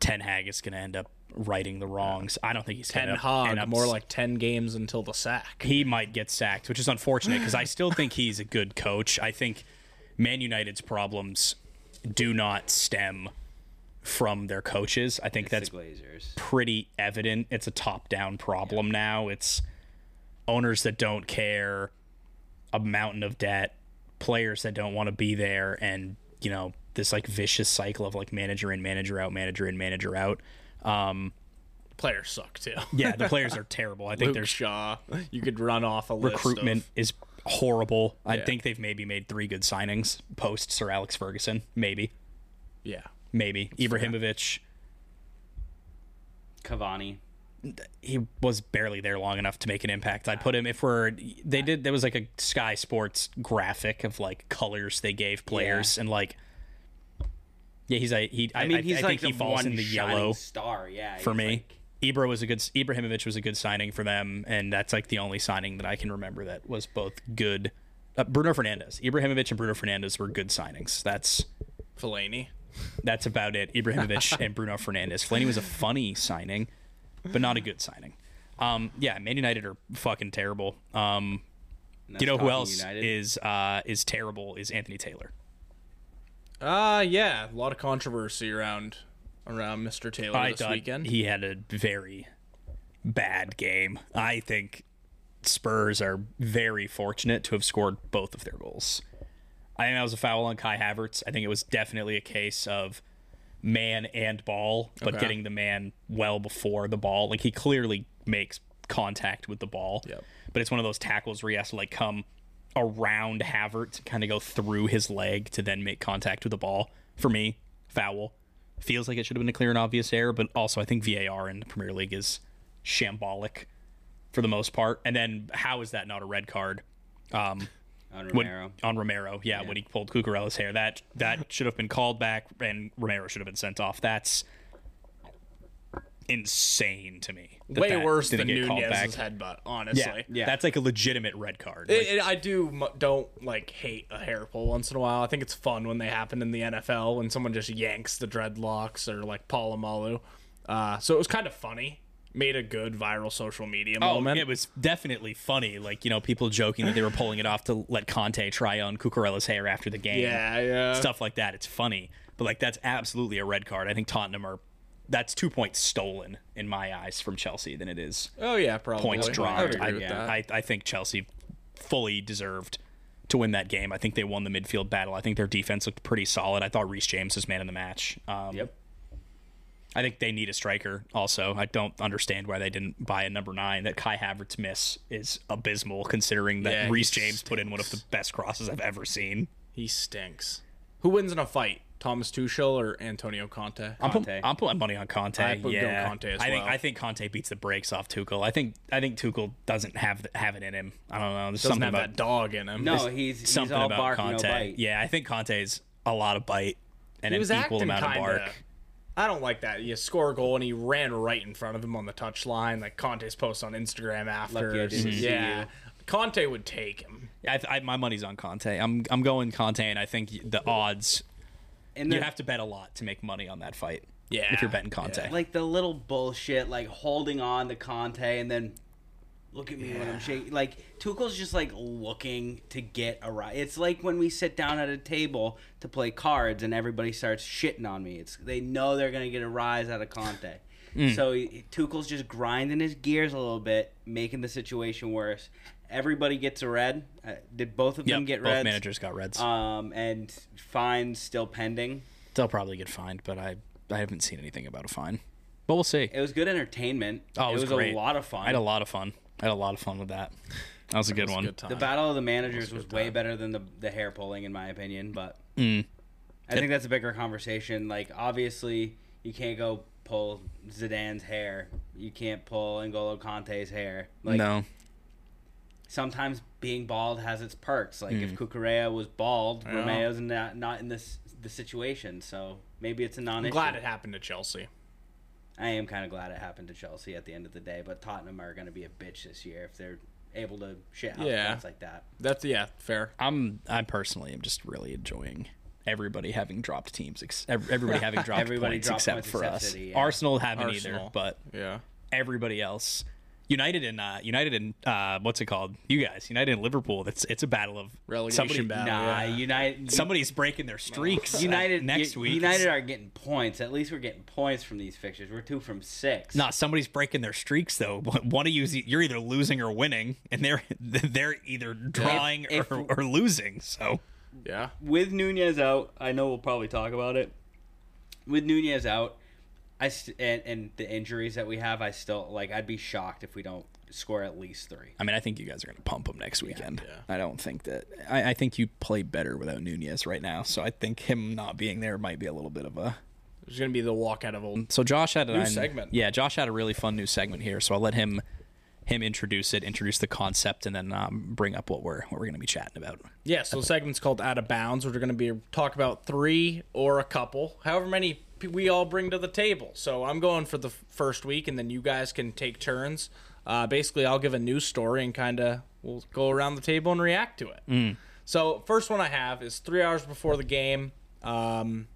[SPEAKER 2] Ten Hag is going to end up righting the wrongs. I don't think he's
[SPEAKER 3] Ten
[SPEAKER 2] gonna end
[SPEAKER 3] Hog,
[SPEAKER 2] up
[SPEAKER 3] more like ten games until the sack.
[SPEAKER 2] he might get sacked, which is unfortunate because I still think he's a good coach. I think Man United's problems do not stem from their coaches. I think that's
[SPEAKER 1] the Glazers.
[SPEAKER 2] pretty evident. It's a top-down problem now. It's owners that don't care, a mountain of debt, players that don't want to be there, and you know this like vicious cycle of like manager in, manager out, manager in, manager out. Um,
[SPEAKER 3] Players suck (laughs) too.
[SPEAKER 2] yeah, the players are terrible. I think
[SPEAKER 3] Luke
[SPEAKER 2] there's
[SPEAKER 3] Shaw. You could run off a list of-
[SPEAKER 2] recruitment is horrible. I think they've maybe made three good signings post Sir Alex Ferguson. Maybe,
[SPEAKER 3] yeah,
[SPEAKER 2] maybe Ibrahimovic.
[SPEAKER 1] Cavani.
[SPEAKER 2] He was barely there long enough to make an impact. I'd put him if we're they did. There was like a Sky Sports graphic of like colors they gave players and like. Yeah, he's a he. I,
[SPEAKER 1] I mean, he's like
[SPEAKER 2] think he
[SPEAKER 1] the
[SPEAKER 2] falls
[SPEAKER 1] one
[SPEAKER 2] in the
[SPEAKER 1] shining
[SPEAKER 2] yellow
[SPEAKER 1] star. Yeah,
[SPEAKER 2] for
[SPEAKER 1] he's
[SPEAKER 2] me.
[SPEAKER 1] like-
[SPEAKER 2] Ibra was a good Ibrahimovic was a good signing for them, and that's like the only signing that I can remember that was both good. Uh, Bruno Fernandez, Ibrahimovic, and Bruno Fernandez were good signings. That's
[SPEAKER 3] Fellaini.
[SPEAKER 2] that's about it. Ibrahimovic and Bruno Fernandez. Flaney was a funny signing, but not a good signing. Um, yeah, Man United are fucking terrible. Um,
[SPEAKER 1] and
[SPEAKER 2] you know
[SPEAKER 1] that's
[SPEAKER 2] who
[SPEAKER 1] talking
[SPEAKER 2] else
[SPEAKER 1] United.
[SPEAKER 2] is uh, is terrible? Is Anthony Taylor.
[SPEAKER 3] Ah, yeah, a lot of controversy around around Mr. Taylor
[SPEAKER 2] I
[SPEAKER 3] this
[SPEAKER 2] thought
[SPEAKER 3] weekend.
[SPEAKER 2] he had a very bad game. I think Spurs are very fortunate to have scored both of their goals. I think that was a foul on Kai Havertz. I think it was definitely a case of man and ball, but
[SPEAKER 3] Okay.
[SPEAKER 2] getting the man well before the ball. Like he clearly makes contact with the ball,
[SPEAKER 3] Yep.
[SPEAKER 2] but it's one of those tackles where he has to like come around Havertz, kind of go through his leg to then make contact with the ball. For me, foul. Feels like it should have been a clear and obvious error, but also I think VAR in the Premier League is shambolic for the most part. And then how is that not a red card? Um,
[SPEAKER 1] on
[SPEAKER 2] when-
[SPEAKER 1] Romero.
[SPEAKER 2] on Romero, yeah, when he pulled Cucurella's hair, that that (laughs) should have been called back, and Romero should have been sent off. That's insane to me. that
[SPEAKER 3] Way
[SPEAKER 2] that
[SPEAKER 3] worse than
[SPEAKER 2] didn't get called
[SPEAKER 3] Nunez's headbutt, honestly.
[SPEAKER 2] Yeah, that's like a legitimate red card. Like,
[SPEAKER 3] It, it- I do mu- don't like hate a hair pull once in a while. I think it's fun when they happen in the NFL when someone just yanks the dreadlocks or like Palomalu. Uh, so it was kind of funny. Made a good viral social media
[SPEAKER 2] oh,
[SPEAKER 3] moment.
[SPEAKER 2] it was definitely funny. Like you know, people joking that they were pulling it off to let Conte try on Cucurella's hair after the game.
[SPEAKER 3] yeah, yeah.
[SPEAKER 2] stuff like that. It's funny, but like that's absolutely a red card. I think Tottenham are. That's two points stolen in my eyes from Chelsea than it is
[SPEAKER 3] Oh yeah, probably
[SPEAKER 2] points dropped.
[SPEAKER 3] I,
[SPEAKER 2] I,
[SPEAKER 3] agree with that.
[SPEAKER 2] I, I think Chelsea fully deserved to win that game. I think they won the midfield battle. I think their defense looked pretty solid. I thought Reece James was man of the match. Um,
[SPEAKER 1] Yep.
[SPEAKER 2] I think they need a striker also. I don't understand why they didn't buy a number nine. That Kai Havertz miss is abysmal considering that
[SPEAKER 3] Yeah, he
[SPEAKER 2] Reece James put in one of the best crosses I've ever seen.
[SPEAKER 3] he stinks. Who wins in a fight, Thomas Tuchel or Antonio Conte?
[SPEAKER 2] I'm, put,
[SPEAKER 1] Conte.
[SPEAKER 2] I'm putting money on Conte.
[SPEAKER 3] I put it on
[SPEAKER 2] yeah,
[SPEAKER 3] Conte as
[SPEAKER 2] I think
[SPEAKER 3] well.
[SPEAKER 2] I think Conte beats the brakes off Tuchel. I think I think Tuchel doesn't have th- have it in him. I don't know. There's
[SPEAKER 3] Doesn't
[SPEAKER 2] something
[SPEAKER 3] have
[SPEAKER 2] about
[SPEAKER 3] that dog in him.
[SPEAKER 1] No, he's, he's
[SPEAKER 2] something
[SPEAKER 1] all
[SPEAKER 2] about
[SPEAKER 1] bark,
[SPEAKER 2] Conte.
[SPEAKER 1] no bite.
[SPEAKER 2] Yeah, I think Conte's a lot of bite and
[SPEAKER 3] he was
[SPEAKER 2] an equal
[SPEAKER 3] acting
[SPEAKER 2] amount
[SPEAKER 3] kinda,
[SPEAKER 2] of bark.
[SPEAKER 3] I don't like that. You score a goal and he ran right in front of him on the touchline, like Conte's post on Instagram after.
[SPEAKER 2] Mm-hmm.
[SPEAKER 1] Lucky I didn't see
[SPEAKER 3] yeah.
[SPEAKER 1] you.
[SPEAKER 3] Conte would take him.
[SPEAKER 2] I, I, my money's on Conte. I'm I'm going Conte, and I think the odds
[SPEAKER 1] And
[SPEAKER 2] you
[SPEAKER 1] the-
[SPEAKER 2] have to bet a lot to make money on that fight.
[SPEAKER 3] Yeah,
[SPEAKER 2] if you're betting Conte,
[SPEAKER 1] like the little bullshit, like holding on to Conte and then look at me when I'm shaking. Like Tuchel's just like looking to get a right. It's like when we sit down at a table to play cards and everybody starts shitting on me. It's they know they're gonna get a rise out of
[SPEAKER 2] (laughs)
[SPEAKER 1] Conte.
[SPEAKER 2] Mm.
[SPEAKER 1] So he- Tuchel's just grinding his gears a little bit, making the situation worse. Everybody gets a red. Uh, did both of
[SPEAKER 2] yep,
[SPEAKER 1] them get
[SPEAKER 2] both
[SPEAKER 1] reds?
[SPEAKER 2] managers got reds.
[SPEAKER 1] Um, and fines still pending.
[SPEAKER 2] They'll probably get fined, but I I haven't seen anything about a fine. But we'll see.
[SPEAKER 1] It was good entertainment.
[SPEAKER 2] Oh, it was
[SPEAKER 1] a
[SPEAKER 2] great.
[SPEAKER 1] lot of fun.
[SPEAKER 2] I had a lot of fun. I had a lot of fun with that. That was a good
[SPEAKER 3] It's a
[SPEAKER 2] one.
[SPEAKER 3] good time.
[SPEAKER 1] The Battle of the Managers was way better than the the hair pulling, in my opinion. But I think that's a bigger conversation. Like, obviously, you can't go pull Zidane's hair. You can't pull N'Golo Conte's hair. Like,
[SPEAKER 2] no,
[SPEAKER 1] sometimes being bald has its perks. Like, if Kukurea was bald,
[SPEAKER 3] know.
[SPEAKER 1] Romeo's not not in this the situation. So maybe it's a non-issue.
[SPEAKER 3] I'm glad it happened to Chelsea.
[SPEAKER 1] I am kind of glad it happened to Chelsea at the end of the day. But Tottenham are going to be a bitch this year if they're able to shit house
[SPEAKER 3] Yeah.
[SPEAKER 1] points like that.
[SPEAKER 3] That's yeah, fair.
[SPEAKER 2] I'm I personally am just really enjoying everybody having dropped teams. Ex- ev- everybody having dropped
[SPEAKER 1] Everybody
[SPEAKER 2] points
[SPEAKER 1] dropped
[SPEAKER 2] except
[SPEAKER 1] points
[SPEAKER 2] for
[SPEAKER 1] except
[SPEAKER 2] us.
[SPEAKER 1] City, yeah.
[SPEAKER 2] Arsenal haven't either,
[SPEAKER 3] Arsenal.
[SPEAKER 2] but
[SPEAKER 3] Yeah.
[SPEAKER 2] everybody else. United and uh, United and uh, what's it called? You guys, United and Liverpool. That's it's a battle of
[SPEAKER 3] Relegation
[SPEAKER 2] somebody-
[SPEAKER 3] battle.
[SPEAKER 1] Nah,
[SPEAKER 3] Oh, yeah.
[SPEAKER 1] United.
[SPEAKER 2] Somebody's breaking their streaks. uh,
[SPEAKER 1] United
[SPEAKER 2] next
[SPEAKER 1] U-
[SPEAKER 2] week.
[SPEAKER 1] United are getting points. At least we're getting points from these fixtures. We're two from six.
[SPEAKER 2] Nah, somebody's breaking their streaks though. (laughs) One of you, e, you're either losing or winning, and they're (laughs) they're either drawing
[SPEAKER 1] If-
[SPEAKER 2] or, or losing. So
[SPEAKER 3] Yeah.
[SPEAKER 1] With Nunez out, I know we'll probably talk about it. With Nunez out, I st- and, and the injuries that we have, I still like. I'd be shocked if we don't score at least three.
[SPEAKER 2] I mean, I think you guys are going to pump him next weekend.
[SPEAKER 3] yeah.
[SPEAKER 2] I don't think that. I, I think you play better without Nunez right now. So I think him not being there might be a little bit of a.
[SPEAKER 3] There's gonna be the walkout of old.
[SPEAKER 2] So Josh had a
[SPEAKER 3] New segment.
[SPEAKER 2] Yeah, Josh had a really fun new segment here. So I'll let him him introduce it, introduce the concept, and then um, bring up what we're what we're going to be chatting about.
[SPEAKER 3] Yeah, so the segment's called Out of Bounds. We're going to be talk about three or a couple, however many p- we all bring to the table. So I'm going for the f- first week, and then you guys can take turns. Uh, basically, I'll give a news story and kind of we'll go around the table and react to it. So first one I have is three hours before the game um,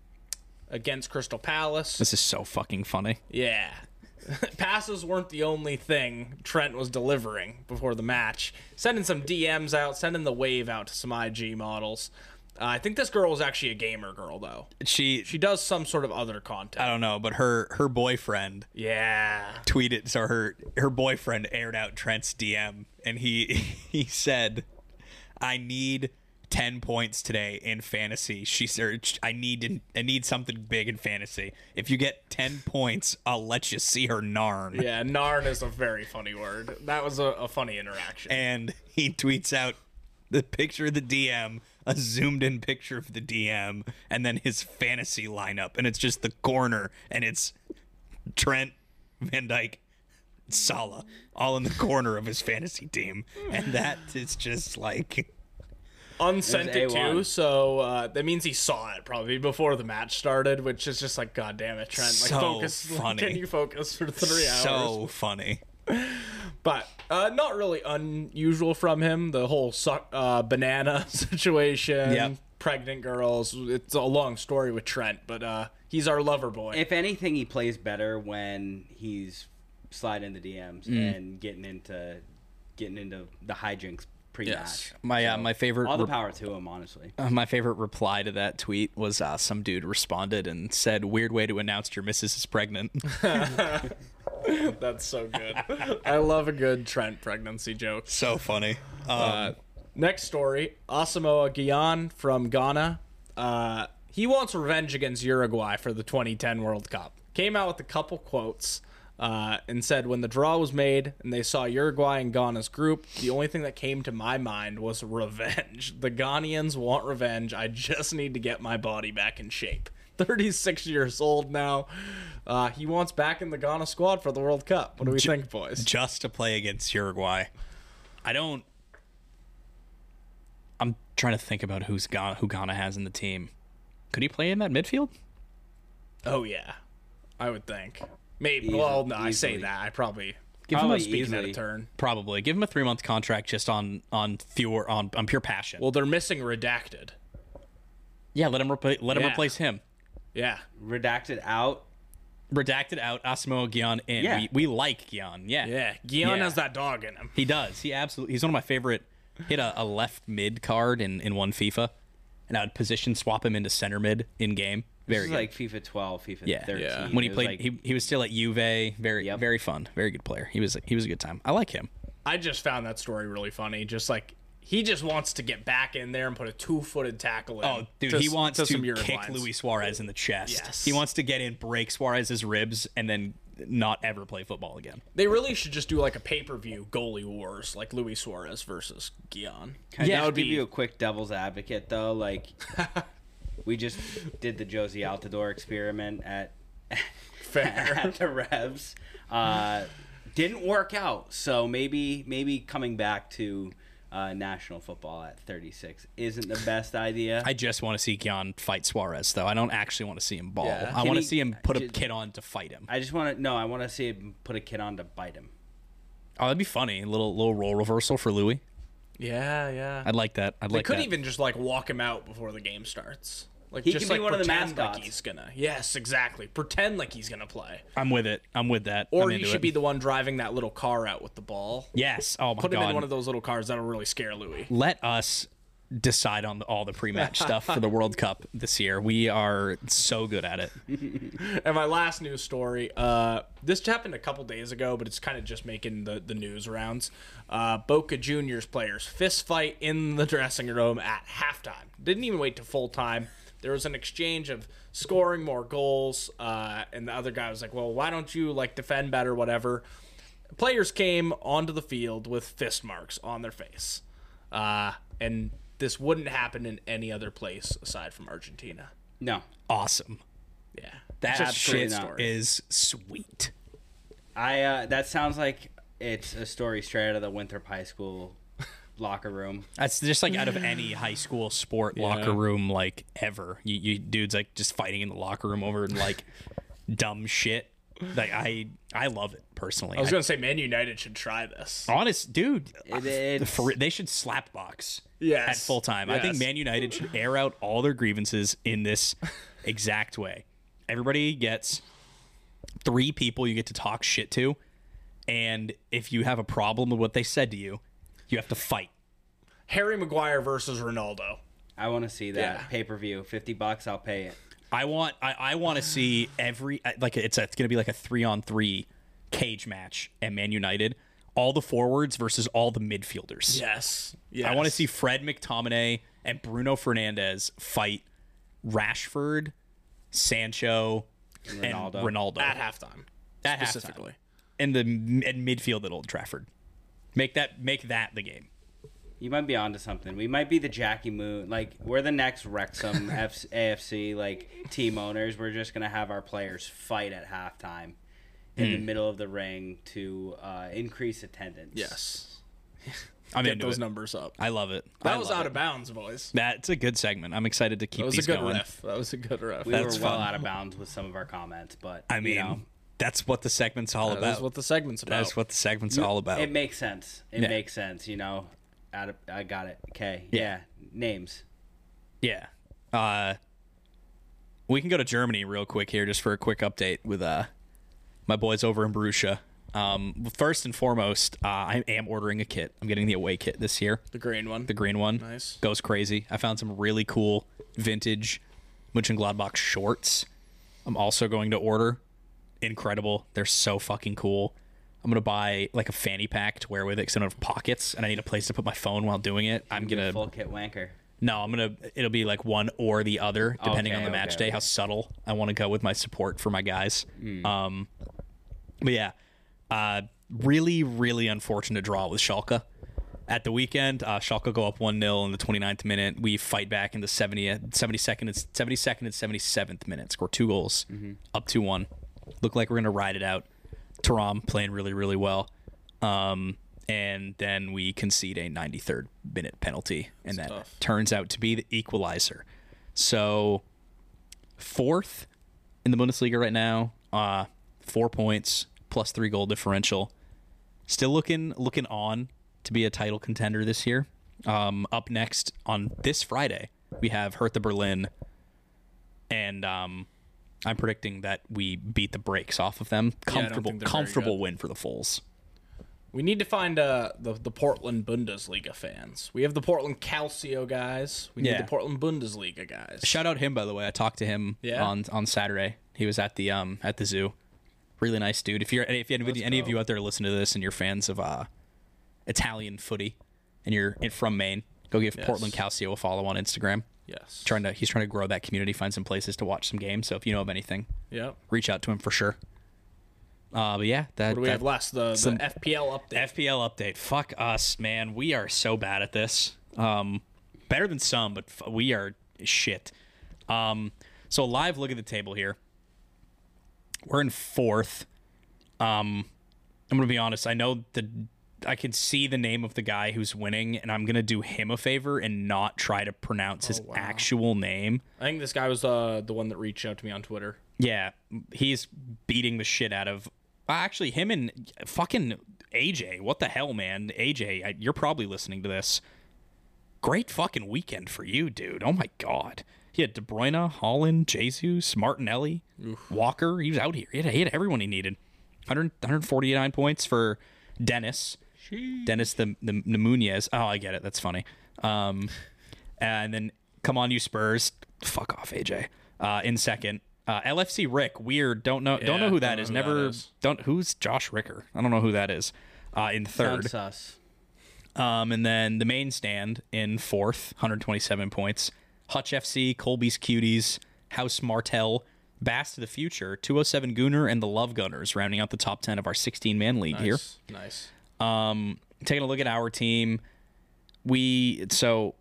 [SPEAKER 3] against Crystal Palace.
[SPEAKER 2] This is so fucking funny.
[SPEAKER 3] Yeah. (laughs) Passes weren't the only thing Trent was delivering before the match. Sending some DMs out, sending the wave out to some IG models. Uh, I think this girl was actually a gamer girl, though.
[SPEAKER 2] She,
[SPEAKER 3] She does some sort of other
[SPEAKER 2] I
[SPEAKER 3] content.
[SPEAKER 2] don't know, but her her boyfriend
[SPEAKER 3] Yeah.
[SPEAKER 2] tweeted so her her boyfriend aired out Trent's DM and he (laughs) he said I need 10 points today in fantasy. She searched I need I need something big in fantasy. If you get 10 points, I'll let you see her narn.
[SPEAKER 3] Yeah, Narn is a very funny word. That was a, a funny interaction.
[SPEAKER 2] And (laughs) he tweets out the picture of the DM, a zoomed in picture of the DM and then his fantasy lineup and it's just the corner and it's Trent Van Dyke Sala all in the corner of his fantasy team. And that is just like
[SPEAKER 3] Unsent
[SPEAKER 1] It
[SPEAKER 3] it,
[SPEAKER 1] was A1.
[SPEAKER 3] too, so uh, that means he saw it probably before the match started, which is just like, God damn it, Trent. Like,
[SPEAKER 2] So
[SPEAKER 3] focus. (laughs)
[SPEAKER 2] funny.
[SPEAKER 3] Can you focus for three hours?
[SPEAKER 2] so funny.
[SPEAKER 3] but uh, not really unusual from him. The whole suck, uh, banana (laughs) situation,
[SPEAKER 2] Yep.
[SPEAKER 3] pregnant girls. It's a long story with Trent, but uh, he's our lover boy.
[SPEAKER 1] If anything, he plays better when he's sliding the DMs
[SPEAKER 3] Mm.
[SPEAKER 1] and getting into getting into the hijinks pre-match.
[SPEAKER 2] My uh, my favorite
[SPEAKER 1] All the
[SPEAKER 2] rep-
[SPEAKER 1] power to him, honestly.
[SPEAKER 2] uh, (laughs) my favorite reply to that tweet was uh, some dude responded and said weird way to announce your missus is pregnant.
[SPEAKER 3] That's so good. I love a good Trent pregnancy joke.
[SPEAKER 2] so (laughs) funny. Um,
[SPEAKER 3] Next story Asamoah Gyan from Ghana. Uh, he wants revenge against Uruguay for the 2010 World Cup. Came out with a couple quotes uh, and said, When the draw was made and they saw Uruguay and Ghana's group, the only thing that came to my mind was (laughs) revenge. The Ghanaians want revenge. I just need to get my body back in shape. 36 years old now. Uh, he wants back in the Ghana squad for the World Cup. What do we think, boys?
[SPEAKER 2] just to play against Uruguay. I don't. I'm trying to think about who's Ghana, who Ghana has in the team. Could he play in that midfield?
[SPEAKER 3] Oh yeah, I would think. Maybe. well, no, I say
[SPEAKER 1] easily.
[SPEAKER 3] that. I probably
[SPEAKER 2] Give him
[SPEAKER 1] Probably
[SPEAKER 2] a
[SPEAKER 1] easy.
[SPEAKER 3] Speaking out
[SPEAKER 1] Easily.
[SPEAKER 3] of turn.
[SPEAKER 2] probably give him a three month contract just on on pure on, on pure passion.
[SPEAKER 3] Well, they're missing redacted.
[SPEAKER 2] yeah, let him repla- let him
[SPEAKER 3] Yeah.
[SPEAKER 2] replace him.
[SPEAKER 3] Yeah.
[SPEAKER 1] Redacted out.
[SPEAKER 2] Redacted out Asimo Gyan in.
[SPEAKER 1] Yeah.
[SPEAKER 2] We, we like Gyan. Yeah.
[SPEAKER 3] Yeah. Gion has that dog in him.
[SPEAKER 2] He does. He absolutely. He's one of my favorite. Hit a, a left mid card in in one FIFA, and I would position swap him into center mid in game.
[SPEAKER 1] This
[SPEAKER 2] Very
[SPEAKER 1] is
[SPEAKER 2] good.
[SPEAKER 1] like FIFA 12, FIFA
[SPEAKER 2] Yeah.
[SPEAKER 1] 13.
[SPEAKER 3] Yeah.
[SPEAKER 2] when
[SPEAKER 1] It
[SPEAKER 2] he
[SPEAKER 1] was
[SPEAKER 2] played,
[SPEAKER 1] like-
[SPEAKER 2] he, he was still at Juve. Very
[SPEAKER 1] Yep.
[SPEAKER 2] very fun. Very good player. He was he was a good time. I like him.
[SPEAKER 3] I just found that story really funny. Just like he just wants to get back in there and put a two-footed tackle in.
[SPEAKER 2] Oh, dude,
[SPEAKER 3] to-
[SPEAKER 2] he wants to,
[SPEAKER 3] some Uruguayans.
[SPEAKER 2] kick Luis Suarez in the chest.
[SPEAKER 3] Yes.
[SPEAKER 2] He wants to get in, break Suarez's ribs, and then not ever play football again.
[SPEAKER 3] They really should just do like a pay-per-view goalie wars, like Luis Suarez versus Gion.
[SPEAKER 1] Can I
[SPEAKER 2] Yeah, it
[SPEAKER 1] just
[SPEAKER 2] would
[SPEAKER 1] give
[SPEAKER 2] be-
[SPEAKER 1] you a quick devil's advocate though?
[SPEAKER 2] (laughs)
[SPEAKER 1] Like, we just did the Josie Altador experiment at (laughs)
[SPEAKER 3] Fair.
[SPEAKER 2] (laughs)
[SPEAKER 1] at the Revs. Uh, didn't work out, so maybe maybe coming back to uh, national football at 36 isn't the best idea.
[SPEAKER 2] I just want to see Gian fight Suarez, though. I don't actually want to see him ball.
[SPEAKER 3] Yeah.
[SPEAKER 2] I
[SPEAKER 1] Can
[SPEAKER 2] want to
[SPEAKER 1] he-
[SPEAKER 2] see him put a
[SPEAKER 1] just-
[SPEAKER 2] kid on to fight him.
[SPEAKER 1] I just want to no. I want to see him put a kid on to bite him.
[SPEAKER 2] Oh, that'd be funny. A little little role reversal for Louis.
[SPEAKER 3] yeah, yeah.
[SPEAKER 2] I'd like that. I'd
[SPEAKER 3] They
[SPEAKER 2] like
[SPEAKER 3] could
[SPEAKER 2] that.
[SPEAKER 3] even just like walk him out before the game starts. Like
[SPEAKER 1] He
[SPEAKER 3] just
[SPEAKER 1] can be
[SPEAKER 3] like
[SPEAKER 1] one of the
[SPEAKER 3] pretend like
[SPEAKER 1] mascots.
[SPEAKER 3] he's gonna. Yes, exactly. Pretend like he's gonna play.
[SPEAKER 2] I'm with it. I'm with that.
[SPEAKER 3] Or
[SPEAKER 2] I'm
[SPEAKER 3] he
[SPEAKER 2] into
[SPEAKER 3] should
[SPEAKER 2] it.
[SPEAKER 3] be the one driving that little car out with the ball.
[SPEAKER 2] Yes. Oh my
[SPEAKER 3] Put him
[SPEAKER 2] god.
[SPEAKER 3] in one of those little cars. That'll really scare Louis.
[SPEAKER 2] Let us decide on all the
[SPEAKER 3] (laughs)
[SPEAKER 2] pre-match stuff for the World Cup this year. We are so good at it.
[SPEAKER 3] And my last news story. Uh, this happened a couple days ago, but it's kind of just making the, the news rounds. Uh, Boca Juniors players fist fight in the dressing room at halftime. Didn't even wait to full time. There was an exchange of scoring more goals, uh, and the other guy was like, "Well, why don't you like defend better, whatever." Players came onto the field with fist marks on their face, uh, and this wouldn't happen in any other place aside from Argentina.
[SPEAKER 1] No,
[SPEAKER 2] Awesome.
[SPEAKER 3] Yeah,
[SPEAKER 2] That
[SPEAKER 3] Just
[SPEAKER 2] shit
[SPEAKER 1] absolutely not.
[SPEAKER 2] is sweet.
[SPEAKER 1] I uh, that sounds like it's a story straight out of the Winthrop High School locker room.
[SPEAKER 2] That's just like out of
[SPEAKER 3] (sighs)
[SPEAKER 2] any high school sport locker room like ever. You, you dudes like just fighting in the locker room over like (laughs) dumb shit. Like I I love it personally.
[SPEAKER 3] I was
[SPEAKER 2] I-
[SPEAKER 3] gonna say Man United should try this.
[SPEAKER 2] honest dude,
[SPEAKER 1] It- it's-
[SPEAKER 2] for- they should slap box
[SPEAKER 3] Yes.
[SPEAKER 2] at full time. I think
[SPEAKER 3] Yes.
[SPEAKER 2] Man United should air out all their grievances in
[SPEAKER 3] (laughs)
[SPEAKER 2] this exact way. Everybody gets three people you get to talk shit to, and if you have a problem with what they said to you, you have to fight.
[SPEAKER 3] Harry Maguire versus Ronaldo.
[SPEAKER 1] I want to see that
[SPEAKER 3] Yeah.
[SPEAKER 1] pay per view. Fifty bucks, I'll pay it.
[SPEAKER 2] I want I, I want
[SPEAKER 3] (sighs)
[SPEAKER 2] to see every I- like it's, a, it's gonna be like a three on three cage match at Man United. All the forwards versus all the midfielders.
[SPEAKER 3] Yes. Yes.
[SPEAKER 2] I want to see Fred McTominay and Bruno Fernandez fight Rashford, Sancho,
[SPEAKER 1] Ronaldo.
[SPEAKER 2] and Ronaldo
[SPEAKER 3] at halftime.
[SPEAKER 2] At halftime.
[SPEAKER 3] specifically.
[SPEAKER 2] in the in midfield at Old Trafford. Make that make that the game.
[SPEAKER 1] You might be onto something. We might be the Jackie Moon. Like we're the next Wrexham
[SPEAKER 2] (laughs)
[SPEAKER 1] F- AFC like team owners. We're just gonna have our players fight at halftime in
[SPEAKER 2] Hmm.
[SPEAKER 1] the middle of the ring to uh, increase attendance.
[SPEAKER 3] Yes.
[SPEAKER 2] I'm
[SPEAKER 3] Get
[SPEAKER 2] into
[SPEAKER 3] those
[SPEAKER 2] it.
[SPEAKER 3] numbers up.
[SPEAKER 2] I love it. I
[SPEAKER 3] That was
[SPEAKER 2] love
[SPEAKER 3] out
[SPEAKER 2] it.
[SPEAKER 3] of bounds, boys.
[SPEAKER 2] That's a good segment. I'm excited to keep
[SPEAKER 3] That was a
[SPEAKER 2] these
[SPEAKER 3] good
[SPEAKER 2] going.
[SPEAKER 3] ref. That was a good ref.
[SPEAKER 1] we
[SPEAKER 2] That's
[SPEAKER 1] were well
[SPEAKER 2] fun.
[SPEAKER 1] out of bounds with some of our comments, but
[SPEAKER 2] I mean,
[SPEAKER 1] you know,
[SPEAKER 2] that's what the segment's all about.
[SPEAKER 3] That's what the segment's about.
[SPEAKER 2] That's what the segment's all about.
[SPEAKER 1] it makes sense. It
[SPEAKER 2] Yeah.
[SPEAKER 1] makes sense. You know, out of, I got it. Okay, yeah. names.
[SPEAKER 2] yeah. Uh, we can go to Germany real quick here, just for a quick update with uh, my boys over in Borussia. Um, first and foremost, uh, I am ordering a kit. I'm getting the away kit this year,
[SPEAKER 3] the green one.
[SPEAKER 2] the green one.
[SPEAKER 3] Nice.
[SPEAKER 2] Goes crazy. I found some really cool vintage Mönchengladbach shorts. I'm also going to order. Incredible. They're so fucking cool. I'm gonna buy like a fanny pack to wear with it because I don't have pockets and I need a place to put my phone while doing it. I'm
[SPEAKER 1] You're
[SPEAKER 2] gonna
[SPEAKER 1] full kit wanker.
[SPEAKER 2] No, I'm gonna. It'll be like one or the other, depending on
[SPEAKER 1] Okay,
[SPEAKER 2] the
[SPEAKER 1] okay.
[SPEAKER 2] match
[SPEAKER 1] Hmm.
[SPEAKER 2] day. How subtle I want to go with my support for my guys. Um, but yeah, uh, really, really unfortunate draw with Schalke. At the weekend, uh, Schalke go up one 0 in the 29th minute. We fight back in the 70th, 72nd, and 72nd and 77th minute. Score two goals, up two one. Look like we're gonna ride it out. Taram playing really, really well. Um, and then we concede a 93rd minute penalty, and that
[SPEAKER 3] tough.
[SPEAKER 2] turns out to be the equalizer. So fourth in the Bundesliga right now, uh, four points plus three goal differential. still looking looking on to be a title contender this year. Um, up next on this Friday, we have Hertha Berlin, and um, I'm predicting that we beat the brakes off of them.
[SPEAKER 3] I don't
[SPEAKER 2] Comfortable,
[SPEAKER 3] think they're very
[SPEAKER 2] comfortable
[SPEAKER 3] good.
[SPEAKER 2] win for the Foles.
[SPEAKER 3] We need to find uh, the the Portland Bundesliga fans. We have the Portland Calcio guys. We need
[SPEAKER 2] Yeah.
[SPEAKER 3] the Portland Bundesliga guys.
[SPEAKER 2] Shout out him by the way. I talked to him
[SPEAKER 3] Yeah?
[SPEAKER 2] on on Saturday. He was at the um at the zoo. Really nice dude. If you're if you any, any of you out there listen to this and you're fans of uh Italian footy and you're in, from Maine, go give Portland Calcio a follow on Instagram.
[SPEAKER 3] yes.
[SPEAKER 2] Trying to he's trying to grow that community, find some places to watch some games. So if you know of anything,
[SPEAKER 3] Yep.
[SPEAKER 2] reach out to him for sure. Uh, but yeah, that
[SPEAKER 3] What do we
[SPEAKER 2] that-
[SPEAKER 3] have last? The, the
[SPEAKER 2] some-
[SPEAKER 3] FPL update.
[SPEAKER 2] FPL update. Fuck us, man. We are so bad at this. Um, better than some, but f- we are shit. Um, so live look at the table here. We're in fourth. Um, I'm gonna be honest. I know the I can see the name of the guy who's winning, and I'm gonna do him a favor and not try to pronounce his
[SPEAKER 3] Oh, wow.
[SPEAKER 2] actual name.
[SPEAKER 3] I think this guy was uh, the one that reached out to me on Twitter.
[SPEAKER 2] Yeah, he's beating the shit out of. uh, Actually, him and fucking AJ. What the hell, man? AJ, I, you're probably listening to this. Great fucking weekend for you, dude. Oh my god. He had De Bruyne, Holland, Jesus, Martinelli, Walker. He was out here. He had, he had everyone he needed. 100, 149 points for Dennis. Dennis the the, the Munez. Oh, I get it. That's funny. Um, (laughs) and then come on, you Spurs. Fuck off, AJ. Uh, in second, uh, LFC Rick. Weird. Don't know. don't
[SPEAKER 3] Yeah,
[SPEAKER 2] know who
[SPEAKER 3] don't
[SPEAKER 2] that
[SPEAKER 3] know
[SPEAKER 2] is.
[SPEAKER 3] who that
[SPEAKER 2] Never.
[SPEAKER 3] is.
[SPEAKER 2] Don't. Who's Josh Ricker? I don't know who that is. Uh, in third,
[SPEAKER 1] Sounds sus.
[SPEAKER 2] um, and then the main stand in fourth, 127 points. Hutch FC, Colby's Cuties, House Martel, Bass to the Future, 207 Gooner, and the Love Gunners rounding out the top 10 of our 16 man league here.
[SPEAKER 3] Nice. Nice.
[SPEAKER 2] Um, taking a look at our team, we so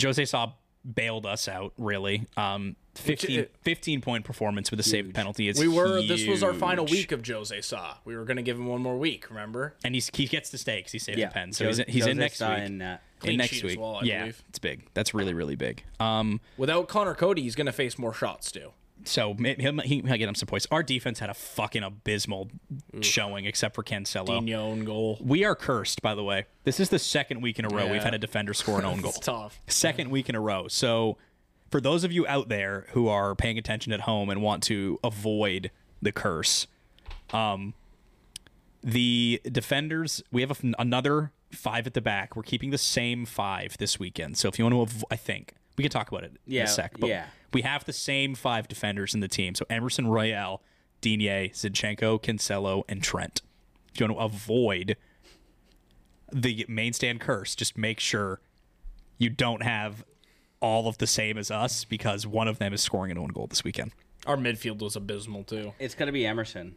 [SPEAKER 2] Jose Saab bailed us out really. Um, 15,
[SPEAKER 3] it-
[SPEAKER 2] 15 point performance with a saved penalty is
[SPEAKER 3] We were. This was our final
[SPEAKER 2] huge.
[SPEAKER 3] week of Jose Sa. We were going to give him one more week. Remember?
[SPEAKER 2] and he's, he gets the stakes. He saved
[SPEAKER 1] Yeah,
[SPEAKER 2] the pen, so
[SPEAKER 1] Jo-
[SPEAKER 2] he's in, he's in
[SPEAKER 1] Jose
[SPEAKER 2] next
[SPEAKER 1] Sa
[SPEAKER 2] week.
[SPEAKER 1] and, uh,
[SPEAKER 2] in
[SPEAKER 3] Clean
[SPEAKER 2] next
[SPEAKER 3] sheet as
[SPEAKER 2] week.
[SPEAKER 3] well, I
[SPEAKER 2] yeah,
[SPEAKER 3] believe.
[SPEAKER 2] it's big. That's really really big. Um,
[SPEAKER 3] Without Connor Cody, he's going to face more shots too.
[SPEAKER 2] so may- he'll, he, he'll get him some points. Our defense had a fucking abysmal showing, except for Cancelo.
[SPEAKER 3] In your own goal.
[SPEAKER 2] We are cursed, by the way. This is the second week in a row we've
[SPEAKER 3] Yeah.
[SPEAKER 2] had a defender score an own goal.
[SPEAKER 3] (laughs) It's tough.
[SPEAKER 2] second week in a row. So, for those of you out there who are paying attention at home and want to avoid the curse, um, the defenders we have a, another five at the back. We're keeping the same five this weekend. So if you want to, avo- I think we can talk about it in
[SPEAKER 1] Yeah,
[SPEAKER 2] a sec. But
[SPEAKER 1] yeah.
[SPEAKER 2] we have the same five defenders in the team. So Emerson Royale, Digne, Zinchenko, Cancelo, and Trent. If you want to avoid the main stand curse, just make sure you don't have all of the same as us because one of them is scoring an own goal this weekend.
[SPEAKER 3] Our midfield was abysmal too.
[SPEAKER 1] It's gonna be Emerson.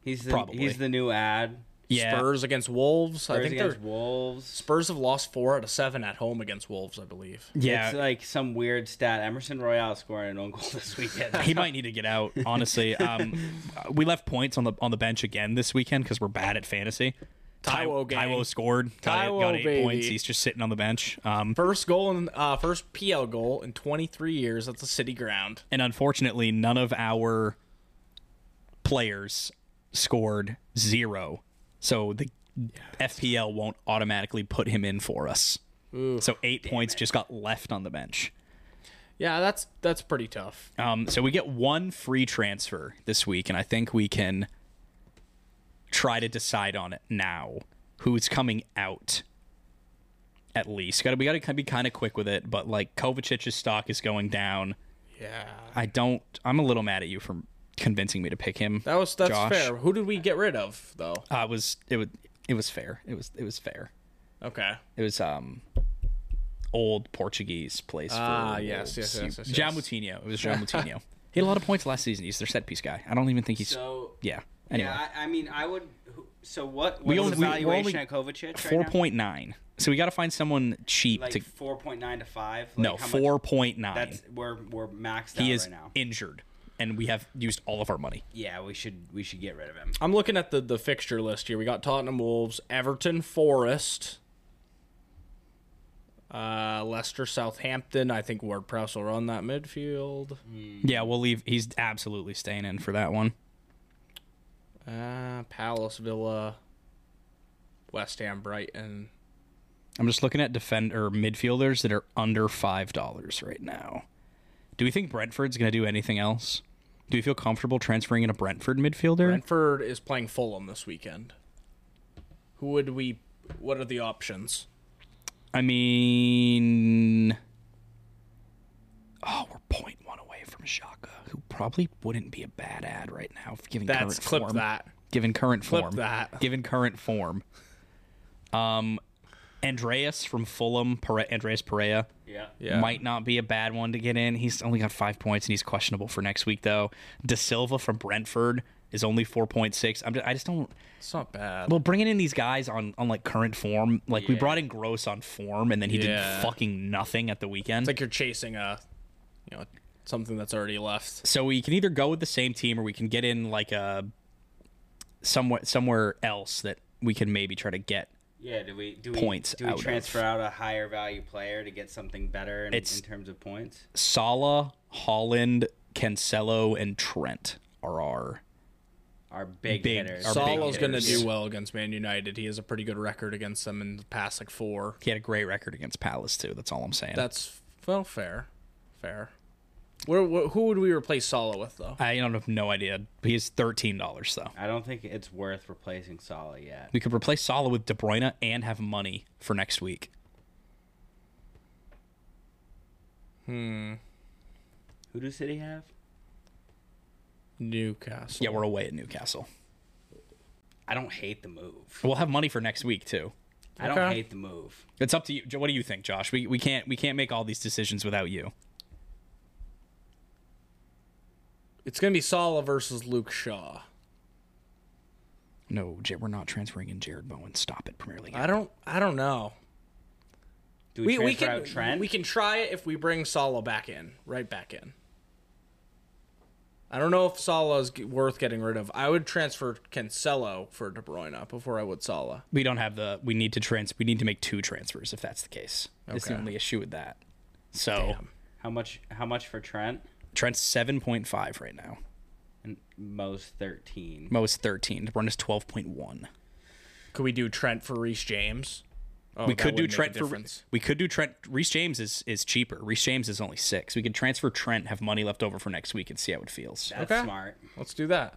[SPEAKER 1] He's the,
[SPEAKER 2] Probably.
[SPEAKER 1] he's the new ad.
[SPEAKER 3] Spurs against Wolves. I
[SPEAKER 1] Spurs
[SPEAKER 3] think they're
[SPEAKER 1] against Wolves.
[SPEAKER 3] Spurs have lost four out of seven at home against Wolves, I believe.
[SPEAKER 2] yeah.
[SPEAKER 1] It's like some weird stat. Emerson Royale scoring an own goal (laughs) this weekend.
[SPEAKER 2] he might need to get out. Honestly, um, (laughs) we left points on the on the bench again this weekend because we're bad at fantasy. Ty-
[SPEAKER 3] Taiwo gang.
[SPEAKER 2] Taiwo scored. Got eight-
[SPEAKER 3] Taiwo,
[SPEAKER 2] got eight
[SPEAKER 3] baby.
[SPEAKER 2] points. He's just sitting on the bench. Um,
[SPEAKER 3] First goal in uh, first PL goal in 23 years at the City Ground.
[SPEAKER 2] and unfortunately, none of our players scored zero, so the FPL won't automatically put him in for us. so eight points just got left on the bench.
[SPEAKER 3] Yeah, that's that's pretty tough.
[SPEAKER 2] Um, so we get one free transfer this week, and I think we can try to decide on it now. Who's coming out? At least, got to we got to be kind of quick with it. But like Kovacic's stock is going down.
[SPEAKER 3] Yeah,
[SPEAKER 2] I don't. I'm a little mad at you for convincing me to pick him.
[SPEAKER 3] that was that's
[SPEAKER 2] Josh.
[SPEAKER 3] fair. Who did we get rid of though?
[SPEAKER 2] I was. It was. It was fair. It was. It was fair.
[SPEAKER 3] Okay,
[SPEAKER 2] It was um, old Portuguese place.
[SPEAKER 3] Ah,
[SPEAKER 2] for
[SPEAKER 3] yes, yes,
[SPEAKER 2] Wolves.
[SPEAKER 3] yes, yes,
[SPEAKER 2] João
[SPEAKER 3] yes.
[SPEAKER 2] Moutinho.
[SPEAKER 1] (laughs)
[SPEAKER 2] It was João Moutinho. He had a lot of points last season. He's their set piece guy. I don't even think he's.
[SPEAKER 1] so
[SPEAKER 2] yeah. Anyway.
[SPEAKER 1] yeah, I, I mean, I would. who- So what?
[SPEAKER 2] We
[SPEAKER 1] What's the
[SPEAKER 2] only- we- we're only
[SPEAKER 1] valuation at Kovacic? Right
[SPEAKER 2] Four
[SPEAKER 1] now?
[SPEAKER 2] point nine. So we got to find someone cheap
[SPEAKER 1] like
[SPEAKER 2] to.
[SPEAKER 1] four point nine to five. Like how
[SPEAKER 2] no,
[SPEAKER 1] much-
[SPEAKER 2] four point nine.
[SPEAKER 1] That's we're we're maxed out
[SPEAKER 2] He is
[SPEAKER 1] right now.
[SPEAKER 2] injured, and we have used all of our money.
[SPEAKER 1] Yeah, we should we should get rid of him.
[SPEAKER 3] I'm looking at the the fixture list here. We got Tottenham Wolves, Everton, Forest, uh, Leicester, Southampton. I think Ward Prowse will run that midfield.
[SPEAKER 1] Mm.
[SPEAKER 2] Yeah, we'll leave. He's absolutely staying in for that one. Mm.
[SPEAKER 3] Uh, Palace, Villa, West Ham, Brighton.
[SPEAKER 2] I'm just looking at defender midfielders that are under five dollars right now. Do we think Brentford's going to do anything else? Do we feel comfortable transferring in a Brentford midfielder?
[SPEAKER 3] Brentford is playing Fulham this weekend. Who would we? What are the options?
[SPEAKER 2] I mean, oh, we're point one away from Shaka, who probably wouldn't be a bad ad right now, if given
[SPEAKER 3] That's
[SPEAKER 2] current
[SPEAKER 3] clip
[SPEAKER 2] form.
[SPEAKER 3] that.
[SPEAKER 2] Given current
[SPEAKER 3] Clip
[SPEAKER 2] form,
[SPEAKER 3] that.
[SPEAKER 2] Given current form, um, Andreas from Fulham, Pere- Andreas Perea,
[SPEAKER 1] Yeah.
[SPEAKER 3] Yeah.
[SPEAKER 2] might not be a bad one to get in. He's only got five points and he's questionable for next week though. De Silva from Brentford is only four point six. I'm just, I just don't.
[SPEAKER 3] It's not bad.
[SPEAKER 2] Well, bringing in these guys on on like current form, like we
[SPEAKER 1] Yeah.
[SPEAKER 2] brought in Gross on form, and then he
[SPEAKER 3] Yeah.
[SPEAKER 2] did fucking nothing at the weekend.
[SPEAKER 3] It's like you're chasing a, you know, something that's already left.
[SPEAKER 2] so we can either go with the same team or we can get in like a somewhere somewhere else that we can maybe try to get.
[SPEAKER 1] Yeah. Do we do we
[SPEAKER 2] Points
[SPEAKER 1] do we
[SPEAKER 2] out of.
[SPEAKER 1] transfer out a higher value player to get something better in, in
[SPEAKER 2] It's-
[SPEAKER 1] terms of points?
[SPEAKER 2] Sala, Holland, Cancelo, and Trent are our
[SPEAKER 1] Our big,
[SPEAKER 2] Big-
[SPEAKER 1] hitters.
[SPEAKER 2] our big
[SPEAKER 3] Salah's going to
[SPEAKER 2] hitters.
[SPEAKER 3] do well against Man United. He has a pretty good record against them in the past like four.
[SPEAKER 2] He had a great record against Palace too. That's all I'm saying.
[SPEAKER 3] That's well fair, fair. Where, wh- who would we replace Salah with though?
[SPEAKER 2] I don't have no idea. He's thirteen dollars though.
[SPEAKER 1] I don't think it's worth replacing Salah yet.
[SPEAKER 2] We could replace Salah with De Bruyne and have money for next week.
[SPEAKER 1] Who do City have?
[SPEAKER 3] Newcastle.
[SPEAKER 2] Yeah, we're away at Newcastle.
[SPEAKER 1] I don't hate the move.
[SPEAKER 2] We'll have money for next week too.
[SPEAKER 1] I don't
[SPEAKER 3] Okay.
[SPEAKER 1] hate the move.
[SPEAKER 2] It's up to you. What do you think, Josh? We, we can't we can't make all these decisions without you.
[SPEAKER 3] It's going to be Salah versus Luke Shaw.
[SPEAKER 2] No, J- we're not transferring in Jared Bowen. Stop it, Premier League.
[SPEAKER 3] I don't. I don't know.
[SPEAKER 1] Do we,
[SPEAKER 3] We, we
[SPEAKER 1] transfer
[SPEAKER 3] can
[SPEAKER 1] out Trent?
[SPEAKER 3] we can try it if we bring Salah back in, right back in. I don't know if Salah is g- worth getting rid of. I would transfer Cancelo for De Bruyne before I would Salah.
[SPEAKER 2] we don't have the. We need to trans. We need to make two transfers if that's the case. That's the
[SPEAKER 3] Okay.
[SPEAKER 2] only issue with that. So
[SPEAKER 1] How much? How much for Trent?
[SPEAKER 2] Trent's seven point five right now.
[SPEAKER 1] And Mo's thirteen.
[SPEAKER 2] Mo's thirteen. De Bruyne is twelve point one.
[SPEAKER 3] Could we do Trent for Reece James? Oh,
[SPEAKER 2] we
[SPEAKER 3] that
[SPEAKER 2] could do
[SPEAKER 3] would make a
[SPEAKER 2] Trent for
[SPEAKER 3] difference.
[SPEAKER 2] we could do Trent. Reese James is is cheaper. Reese James is only six. We could transfer Trent, have money left over for next week, and see how it feels.
[SPEAKER 1] That's
[SPEAKER 3] Okay.
[SPEAKER 1] smart.
[SPEAKER 3] Let's do that.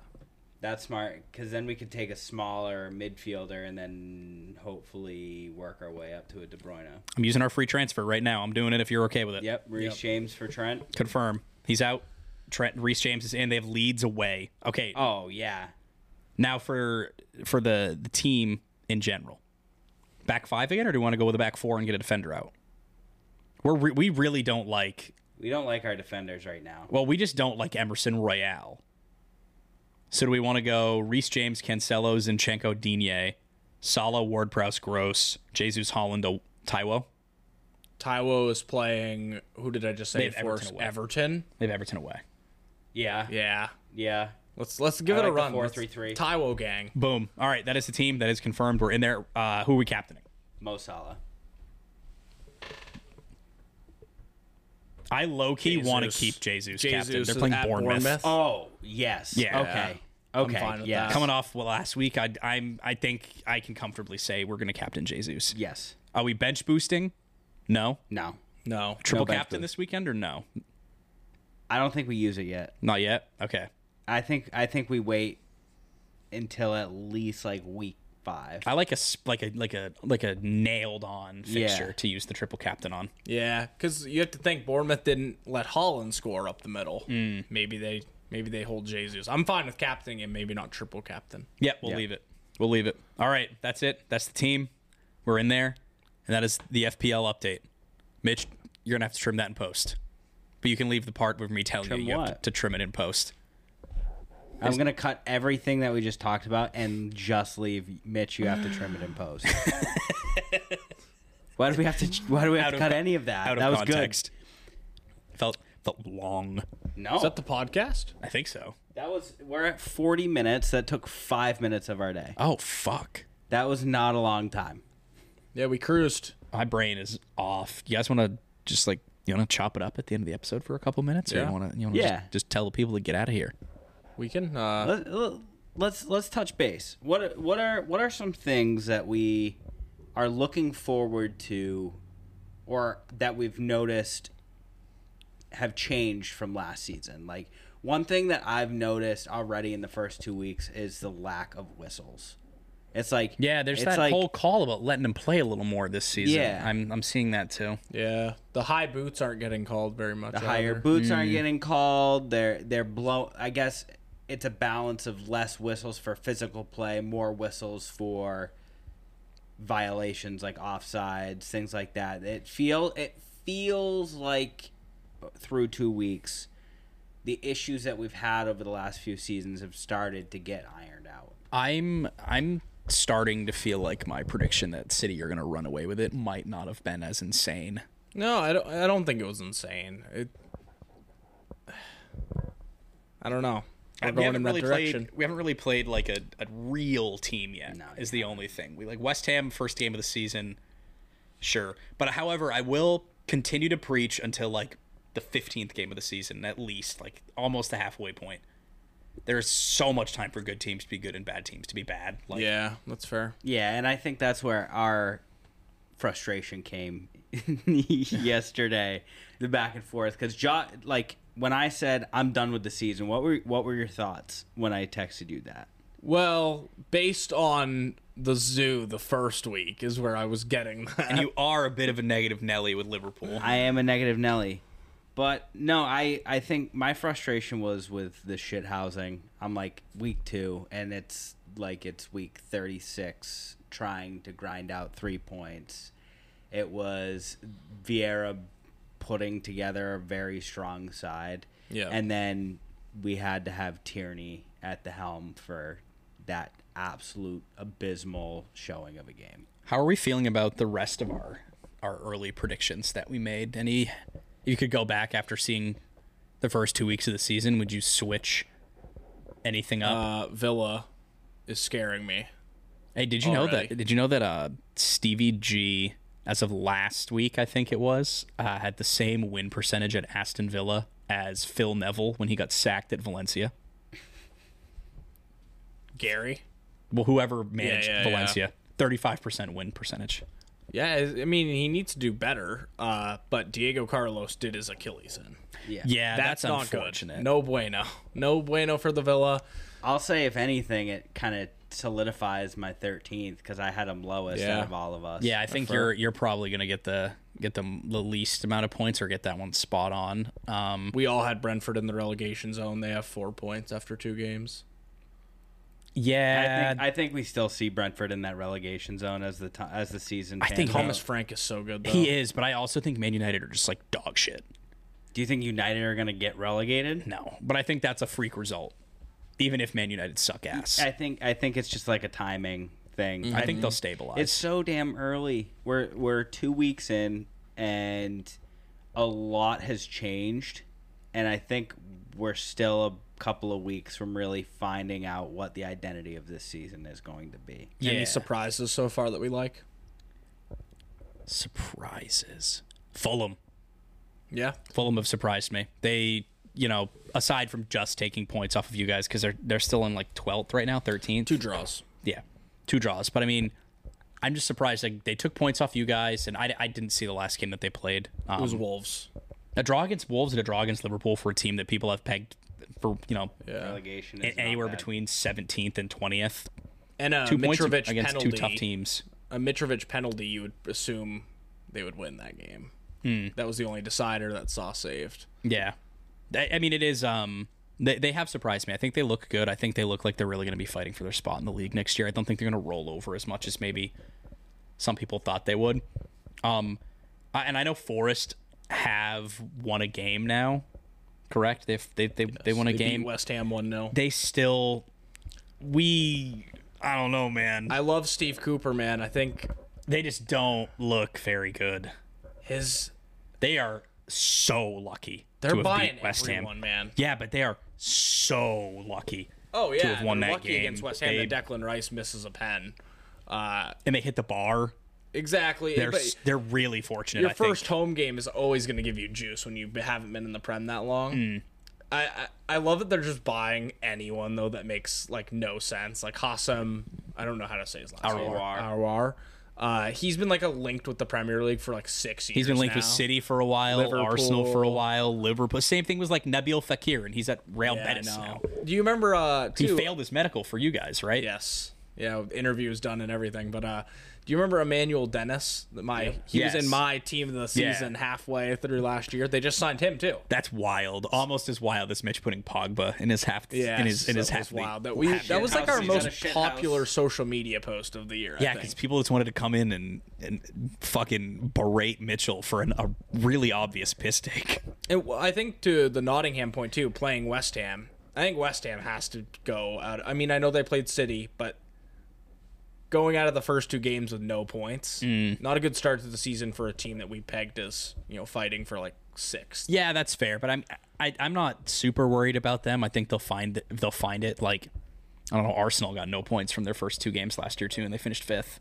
[SPEAKER 1] That's smart because then we could take a smaller midfielder and then hopefully work our way up to a De Bruyne.
[SPEAKER 2] I'm using our free transfer right now. I'm doing it if you're okay with it.
[SPEAKER 1] Yep, Reece James for Trent.
[SPEAKER 2] Confirm. He's out. Trent Reese James is in. They have leads away. Okay.
[SPEAKER 3] Uh,
[SPEAKER 1] Oh yeah,
[SPEAKER 2] Now for for the the team in general, back five again, or do you want to go with a back four and get a defender out? We're re- we really don't like.
[SPEAKER 1] we don't like our defenders right now.
[SPEAKER 2] Well, we just don't like Emerson Royale. So do we want to go Reese James, Cancelo, Zinchenko, Digne, Sala, Ward Prowse, Gross, Jesus, Holland, O- Taiwo?
[SPEAKER 3] Taiwo is playing. Who did I just
[SPEAKER 2] They have
[SPEAKER 3] say? for
[SPEAKER 2] Everton
[SPEAKER 3] Everton,
[SPEAKER 2] away. They have Everton away.
[SPEAKER 1] Yeah, yeah.
[SPEAKER 3] Yeah. Let's let's give
[SPEAKER 1] I
[SPEAKER 3] it a
[SPEAKER 1] like the
[SPEAKER 3] run. Let's-
[SPEAKER 1] 4-3-3.
[SPEAKER 3] Taiwo gang.
[SPEAKER 2] Boom. All right, that is the team. That is confirmed. We're in there. Uh, who are we captaining?
[SPEAKER 1] Mo Salah.
[SPEAKER 2] I low key want to
[SPEAKER 3] Jesus.
[SPEAKER 2] keep Jesus, captain.
[SPEAKER 3] Jesus
[SPEAKER 2] They're playing
[SPEAKER 3] at
[SPEAKER 2] Bournemouth. Um,
[SPEAKER 1] Oh yes.
[SPEAKER 2] Yeah.
[SPEAKER 1] Okay.
[SPEAKER 3] I'm
[SPEAKER 1] Okay.
[SPEAKER 3] fine with
[SPEAKER 1] yes.
[SPEAKER 3] that.
[SPEAKER 2] Coming off well, last week, I, I'm I think I can comfortably say we're going to captain Jesus.
[SPEAKER 1] Yes.
[SPEAKER 2] Are we bench boosting? No.
[SPEAKER 1] No.
[SPEAKER 3] No.
[SPEAKER 2] Triple
[SPEAKER 1] bench
[SPEAKER 2] captain
[SPEAKER 1] boost.
[SPEAKER 2] this weekend or no?
[SPEAKER 1] I don't think we use it yet.
[SPEAKER 2] Not yet. Okay.
[SPEAKER 1] I think I think we wait until at least like week five.
[SPEAKER 2] I like a s- like a like a like a nailed on
[SPEAKER 1] Yeah.
[SPEAKER 2] fixture to use the triple captain on.
[SPEAKER 3] Yeah, because you have to think Bournemouth didn't let Holland score up the middle.
[SPEAKER 2] Hmm.
[SPEAKER 3] Maybe they maybe they hold Jesus. I'm fine with captaining and maybe not triple captain.
[SPEAKER 2] Yep, we'll
[SPEAKER 1] Yeah.
[SPEAKER 2] leave it. We'll leave it. All right, that's it. That's the team. We're in there, and that is the FPL update. Mitch, you're gonna have to trim that in post, but you can leave the part with me telling
[SPEAKER 1] Trim
[SPEAKER 2] you you have
[SPEAKER 1] what?
[SPEAKER 2] to, to trim it in post.
[SPEAKER 1] I'm gonna cut everything that we just talked about and just leave Mitch. You have to trim it in
[SPEAKER 2] (laughs)
[SPEAKER 1] post. why do we have to? Why do we have
[SPEAKER 2] Out
[SPEAKER 1] to
[SPEAKER 2] of
[SPEAKER 1] cut
[SPEAKER 2] con-
[SPEAKER 1] any of that?
[SPEAKER 2] Out of
[SPEAKER 1] that was
[SPEAKER 2] context, felt felt long.
[SPEAKER 1] good. No,
[SPEAKER 3] Is that the podcast?
[SPEAKER 2] I think so.
[SPEAKER 1] that was we're at 40 minutes. That took five minutes of our day.
[SPEAKER 2] Oh fuck,
[SPEAKER 1] That was not a long time.
[SPEAKER 3] Yeah, we cruised.
[SPEAKER 2] my brain is off. You guys want to just like you want to chop it up at the end of the episode for a couple minutes, or
[SPEAKER 3] Yeah.
[SPEAKER 2] you want to you want to
[SPEAKER 1] Yeah.
[SPEAKER 2] just, just tell the people to get out of here?
[SPEAKER 3] We can. Uh,
[SPEAKER 1] Let, let- let's let's touch base. What what are what are some things that we are looking forward to, or that we've noticed have changed from last season? Like one thing that I've noticed already in the first two weeks is the lack of whistles. It's like
[SPEAKER 2] Yeah, there's
[SPEAKER 1] it's
[SPEAKER 2] that
[SPEAKER 1] like-
[SPEAKER 2] whole call about letting him play a little more this season.
[SPEAKER 1] Yeah.
[SPEAKER 2] I'm I'm seeing that too.
[SPEAKER 3] Yeah, the high boots aren't getting called very much.
[SPEAKER 1] the higher
[SPEAKER 3] either.
[SPEAKER 1] boots aren't getting called. They're they're blown. I guess it's a balance of less whistles for physical play, more whistles for violations like offsides, things like that. It feel it feels like through two weeks, the issues that we've had over the last few seasons have started to get ironed out.
[SPEAKER 2] I'm I'm starting to feel like my prediction that City are going to run away with it might not have been as insane.
[SPEAKER 3] No, I don't. I don't think it was insane. It. I don't know. We're
[SPEAKER 2] we
[SPEAKER 3] going
[SPEAKER 2] haven't
[SPEAKER 3] in that
[SPEAKER 2] really
[SPEAKER 3] direction.
[SPEAKER 2] played. We haven't really played like a, a real team yet.
[SPEAKER 1] No,
[SPEAKER 2] is the only thing we like. West Ham first game of the season, sure. But however, I will continue to preach until like the fifteenth game of the season, at least like almost the halfway point. There's so much time for good teams to be good and bad teams to be bad. Like,
[SPEAKER 3] Yeah, that's fair.
[SPEAKER 1] Yeah, and I think that's where our frustration came (laughs) yesterday, the back and forth. Because jo- like when I said I'm done with the season, what were what were your thoughts when I texted you that?
[SPEAKER 3] Well, based on the zoo, the first week is where I was getting (laughs) that.
[SPEAKER 2] and you are a bit of a negative Nelly with Liverpool.
[SPEAKER 1] I am a negative Nelly, but no, I I think my frustration was with the shit housing. I'm like week two, and it's like it's week thirty six, trying to grind out three points. It was Vieira putting together a very strong side.
[SPEAKER 3] Yeah.
[SPEAKER 1] And then we had to have Tierney at the helm for that absolute abysmal showing of a game.
[SPEAKER 2] How are we feeling about the rest of our our early predictions that we made? Any you could go back after seeing the first two weeks of the season, would you switch anything up?
[SPEAKER 3] uh, Villa is scaring me.
[SPEAKER 2] hey, did you know
[SPEAKER 3] already.
[SPEAKER 2] that did you know that uh Stevie G as of last week, I think it was, uh, had the same win percentage at Aston Villa as Phil Neville when he got sacked at Valencia.
[SPEAKER 3] Gary.
[SPEAKER 2] Well, whoever managed
[SPEAKER 3] yeah, yeah.
[SPEAKER 2] Valencia, thirty-five percent win percentage.
[SPEAKER 3] Yeah, I I mean he needs to do better. Uh, but Diego Carlos did his Achilles in.
[SPEAKER 1] Yeah.
[SPEAKER 2] Yeah, that's,
[SPEAKER 3] That's, not
[SPEAKER 2] unfortunate.
[SPEAKER 3] good. No bueno. No bueno for the Villa.
[SPEAKER 1] I'll say if anything, it kind of solidifies my thirteenth because I had him lowest
[SPEAKER 3] Yeah.
[SPEAKER 1] out of all of us.
[SPEAKER 2] Yeah, I think you're you're probably gonna get the get the, the least amount of points or get that one spot on. Um,
[SPEAKER 3] We all had Brentford in the relegation zone. They have four points after two games.
[SPEAKER 1] I
[SPEAKER 2] yeah,
[SPEAKER 1] think, I think we still see Brentford in that relegation zone as the ti as the season. I
[SPEAKER 2] think
[SPEAKER 3] Thomas
[SPEAKER 2] Yeah.
[SPEAKER 3] Frank is so good though.
[SPEAKER 2] he is, but I also think Man United are just like dog shit.
[SPEAKER 1] Do you think United are going to get relegated?
[SPEAKER 2] No, but I think that's a freak result, even if Man United suck ass.
[SPEAKER 1] I
[SPEAKER 2] I,
[SPEAKER 1] think I think it's just like a timing thing. I
[SPEAKER 2] think they'll stabilize.
[SPEAKER 1] It's so damn early. We're we're two weeks in, and a lot has changed, and I think we're still a couple of weeks from really finding out what the identity of this season is going to be.
[SPEAKER 2] yeah,
[SPEAKER 3] Any surprises so far that we like?
[SPEAKER 2] surprises. Fulham,
[SPEAKER 3] Yeah.
[SPEAKER 2] Fulham have surprised me. They, you know, aside from just taking points off of you guys because they're they're still in like twelfth right now, thirteenth.
[SPEAKER 3] Two draws.
[SPEAKER 2] Yeah, two draws. But I mean, I'm just surprised like, they took points off you guys, and I, I didn't see the last game that they played.
[SPEAKER 3] It was
[SPEAKER 2] Um,
[SPEAKER 3] Wolves.
[SPEAKER 2] a draw against Wolves and a draw against Liverpool for a team that people have pegged for you know
[SPEAKER 3] Yeah.
[SPEAKER 1] Relegation
[SPEAKER 2] a-
[SPEAKER 1] is not
[SPEAKER 2] anywhere
[SPEAKER 1] bad.
[SPEAKER 2] between 17th and 20th.
[SPEAKER 3] And a
[SPEAKER 2] Two points
[SPEAKER 3] Mitrovic
[SPEAKER 2] against
[SPEAKER 3] penalty.
[SPEAKER 2] two tough teams.
[SPEAKER 3] A Mitrovic penalty, you would assume they would win that game.
[SPEAKER 2] Hmm.
[SPEAKER 3] That was the only decider that Saw saved.
[SPEAKER 2] Yeah, I, I mean it is. Um, they they have surprised me. I think they look good. I think they look like they're really going to be fighting for their spot in the league next year. I don't think they're going to roll over as much as maybe some people thought they would. Um, I, and I know Forest have won a game now. Correct? They they they, they won a
[SPEAKER 3] They
[SPEAKER 2] game.
[SPEAKER 3] beat West Ham 1 0.
[SPEAKER 2] They still we. I don't know, man.
[SPEAKER 3] I love Steve Cooper, man. I think
[SPEAKER 2] they just don't look very good.
[SPEAKER 3] his.
[SPEAKER 2] They are so lucky.
[SPEAKER 3] They're
[SPEAKER 2] to have
[SPEAKER 3] buying
[SPEAKER 2] beat West
[SPEAKER 3] everyone,
[SPEAKER 2] Ham.
[SPEAKER 3] man.
[SPEAKER 2] Yeah, but they are so lucky.
[SPEAKER 3] Oh, yeah.
[SPEAKER 2] have
[SPEAKER 3] and
[SPEAKER 2] won
[SPEAKER 3] they're
[SPEAKER 2] that
[SPEAKER 3] lucky
[SPEAKER 2] game.
[SPEAKER 3] against West Ham
[SPEAKER 2] They-
[SPEAKER 3] that Declan Rice misses a pen. Uh,
[SPEAKER 2] And they hit the bar.
[SPEAKER 3] exactly.
[SPEAKER 2] They're
[SPEAKER 3] but
[SPEAKER 2] s they're really fortunate.
[SPEAKER 3] your
[SPEAKER 2] I
[SPEAKER 3] first
[SPEAKER 2] think. Hmm.
[SPEAKER 3] home game is always going to give you juice when you haven't been in the Prem that long. I, I I love that they're just buying anyone though that makes like no sense. Like Hassam, I don't know how to say his last name.
[SPEAKER 1] Arouar.
[SPEAKER 3] Arouar. Uh, he's been like a linked with the Premier League for like six years.
[SPEAKER 2] He's been linked
[SPEAKER 3] now.
[SPEAKER 2] with City for a while, Arsenal for a
[SPEAKER 3] Liverpool.
[SPEAKER 2] while, Liverpool. Same thing was like Nabil Fakir, and he's at Real
[SPEAKER 3] Yeah, I
[SPEAKER 2] Betis
[SPEAKER 3] know.
[SPEAKER 2] now.
[SPEAKER 3] Do you remember? Uh,
[SPEAKER 2] He
[SPEAKER 3] too-
[SPEAKER 2] failed his medical for you guys, right?
[SPEAKER 3] Yes. Yeah, interviews done and everything. But uh, do you remember Emmanuel Dennis? That My he
[SPEAKER 2] Yes.
[SPEAKER 3] was in my team of the
[SPEAKER 2] Yeah.
[SPEAKER 3] season halfway through last year. They just signed him too.
[SPEAKER 2] That's wild. Almost as wild as Mitch putting Pogba in his half in his in his
[SPEAKER 3] that
[SPEAKER 2] half.
[SPEAKER 3] was
[SPEAKER 2] league.
[SPEAKER 3] wild. That we that was like
[SPEAKER 1] house.
[SPEAKER 3] our
[SPEAKER 1] He's
[SPEAKER 3] most
[SPEAKER 1] got a shit
[SPEAKER 3] popular
[SPEAKER 1] house.
[SPEAKER 3] social media post of the year. I
[SPEAKER 2] Yeah,
[SPEAKER 3] think.
[SPEAKER 2] because people just wanted to come in and, and fucking berate Mitchell for an, a really obvious piss take.
[SPEAKER 3] And wh- I think to the Nottingham point too, playing West Ham. I think West Ham has to go out. I mean, I know they played City, but going out of the first two games with no points,
[SPEAKER 2] Mm.
[SPEAKER 3] not a good start to the season for a team that we pegged as you know fighting for like sixth.
[SPEAKER 2] Yeah, that's fair, but I'm I, I'm not super worried about them. I think they'll find it- they'll find it. Like I don't know, Arsenal got no points from their first two games last year too, and they finished fifth.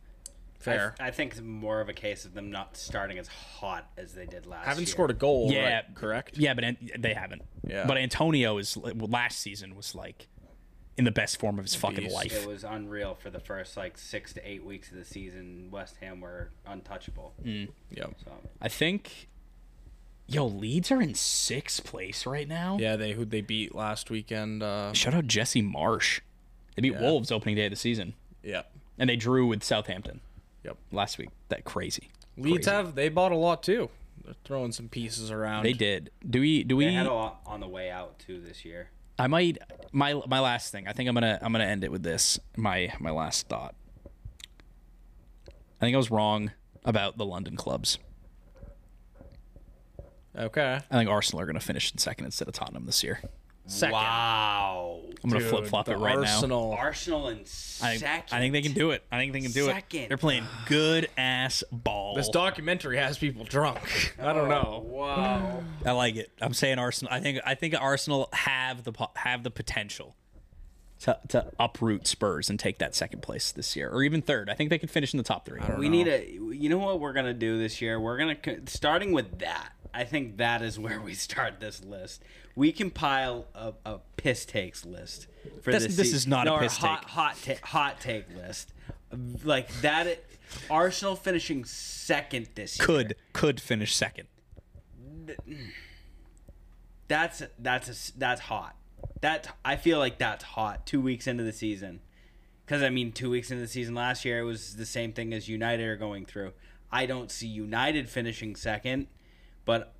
[SPEAKER 3] Fair.
[SPEAKER 1] I think it's more of a case of them not starting as hot as they did last.
[SPEAKER 3] haven't
[SPEAKER 1] year.
[SPEAKER 3] scored a goal.
[SPEAKER 2] Yeah,
[SPEAKER 3] right? correct.
[SPEAKER 2] Yeah, but an, they haven't.
[SPEAKER 3] Yeah.
[SPEAKER 2] But Antonio is last season was like in the best form of his fucking
[SPEAKER 3] Beast.
[SPEAKER 2] life.
[SPEAKER 1] It was unreal for the first like six to eight weeks of the season. West Ham were untouchable.
[SPEAKER 2] Mm.
[SPEAKER 3] Yeah.
[SPEAKER 1] So
[SPEAKER 2] I think. Yo, Leeds are in sixth place right now.
[SPEAKER 3] Yeah, they who they beat last weekend. Uh,
[SPEAKER 2] Shout out Jesse Marsh. They beat Wolves opening day of the season,
[SPEAKER 3] yeah.
[SPEAKER 2] and they drew with Southampton
[SPEAKER 3] Yep.
[SPEAKER 2] last week. That crazy.
[SPEAKER 3] Leeds
[SPEAKER 2] Crazy.
[SPEAKER 3] have they bought a lot too. They're throwing some pieces around.
[SPEAKER 2] They did. Do we? Do
[SPEAKER 1] they
[SPEAKER 2] we?
[SPEAKER 1] had a lot on the way out too this year.
[SPEAKER 2] I might. My my last thing. I think I'm gonna I'm gonna end it with this. My my last thought. I think I was wrong about the London clubs.
[SPEAKER 3] Okay.
[SPEAKER 2] I think Arsenal are gonna finish in second instead of Tottenham this year.
[SPEAKER 3] Second.
[SPEAKER 1] Wow.
[SPEAKER 2] I'm gonna flip flop it right now.
[SPEAKER 3] Arsenal.
[SPEAKER 1] Arsenal in
[SPEAKER 2] I,
[SPEAKER 1] second.
[SPEAKER 2] I think they can do it. I think they can do it.
[SPEAKER 1] Second.
[SPEAKER 2] They're playing good ass ball.
[SPEAKER 3] This documentary has people drunk. I don't know.
[SPEAKER 1] Wow.
[SPEAKER 2] I like it. I'm saying Arsenal. I think I think Arsenal have the po- have the potential to, to uproot Spurs and take that second place this year, or even third. I think they could finish in the top three.
[SPEAKER 1] We need a. You know what we're gonna do this year? We're gonna co- starting with that. I think that is (laughs) where we start this list. We compile a, a piss takes list for
[SPEAKER 2] This-
[SPEAKER 1] this.
[SPEAKER 2] this
[SPEAKER 1] season.
[SPEAKER 2] is not a
[SPEAKER 1] No, our
[SPEAKER 2] piss
[SPEAKER 1] hot,
[SPEAKER 2] take.
[SPEAKER 1] Hot ta- hot take list, like that. It, Arsenal finishing second this year.
[SPEAKER 2] could could finish second.
[SPEAKER 1] that's that's a s that's hot. That I feel like that's hot. Two weeks into the season, because I mean, two weeks into the season last year, it was the same thing as United are going through. I don't see United finishing second, but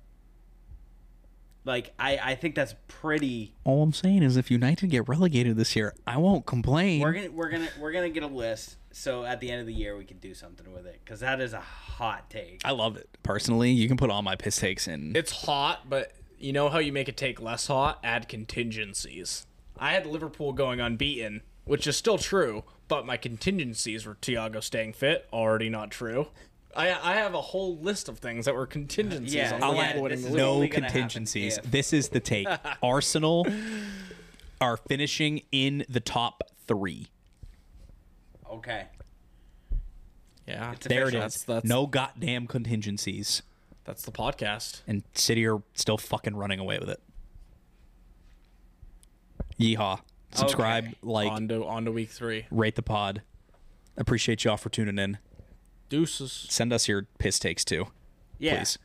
[SPEAKER 1] like I I think that's pretty.
[SPEAKER 2] All I'm saying is, if United get relegated this year, I won't complain.
[SPEAKER 1] We're gonna we're gonna we're gonna get a list. So at the end of the year, we can do something with it because that is a hot take.
[SPEAKER 2] I love it personally. You can put all my piss takes in.
[SPEAKER 3] It's hot, but you know how you make it take less hot? Add contingencies. I had Liverpool going unbeaten, which is still true, but my contingencies were Tiago staying fit, already not true. I, I have a whole list of things that were contingencies.
[SPEAKER 1] Yeah,
[SPEAKER 3] on
[SPEAKER 1] I'll
[SPEAKER 2] I'll
[SPEAKER 3] Liverpool
[SPEAKER 2] add
[SPEAKER 1] yeah,
[SPEAKER 3] winning
[SPEAKER 1] this
[SPEAKER 3] the
[SPEAKER 1] is
[SPEAKER 3] league.
[SPEAKER 2] no
[SPEAKER 1] only gonna happen
[SPEAKER 2] contingencies.
[SPEAKER 1] if-
[SPEAKER 2] This is
[SPEAKER 1] (laughs)
[SPEAKER 2] the take. Arsenal are finishing in the top three.
[SPEAKER 1] Okay,
[SPEAKER 3] Yeah,
[SPEAKER 1] It's a-
[SPEAKER 2] There it
[SPEAKER 1] Official.
[SPEAKER 2] is.
[SPEAKER 3] That's- that's-
[SPEAKER 2] no goddamn contingencies.
[SPEAKER 3] that's the podcast.
[SPEAKER 2] and City are still fucking running away with it. Yeehaw. Subscribe,
[SPEAKER 1] Okay.
[SPEAKER 2] like,
[SPEAKER 3] on to on to week three.
[SPEAKER 2] rate the pod. Appreciate y'all for tuning in.
[SPEAKER 3] Deuces.
[SPEAKER 2] Send us your piss takes too,
[SPEAKER 1] yeah.
[SPEAKER 2] please.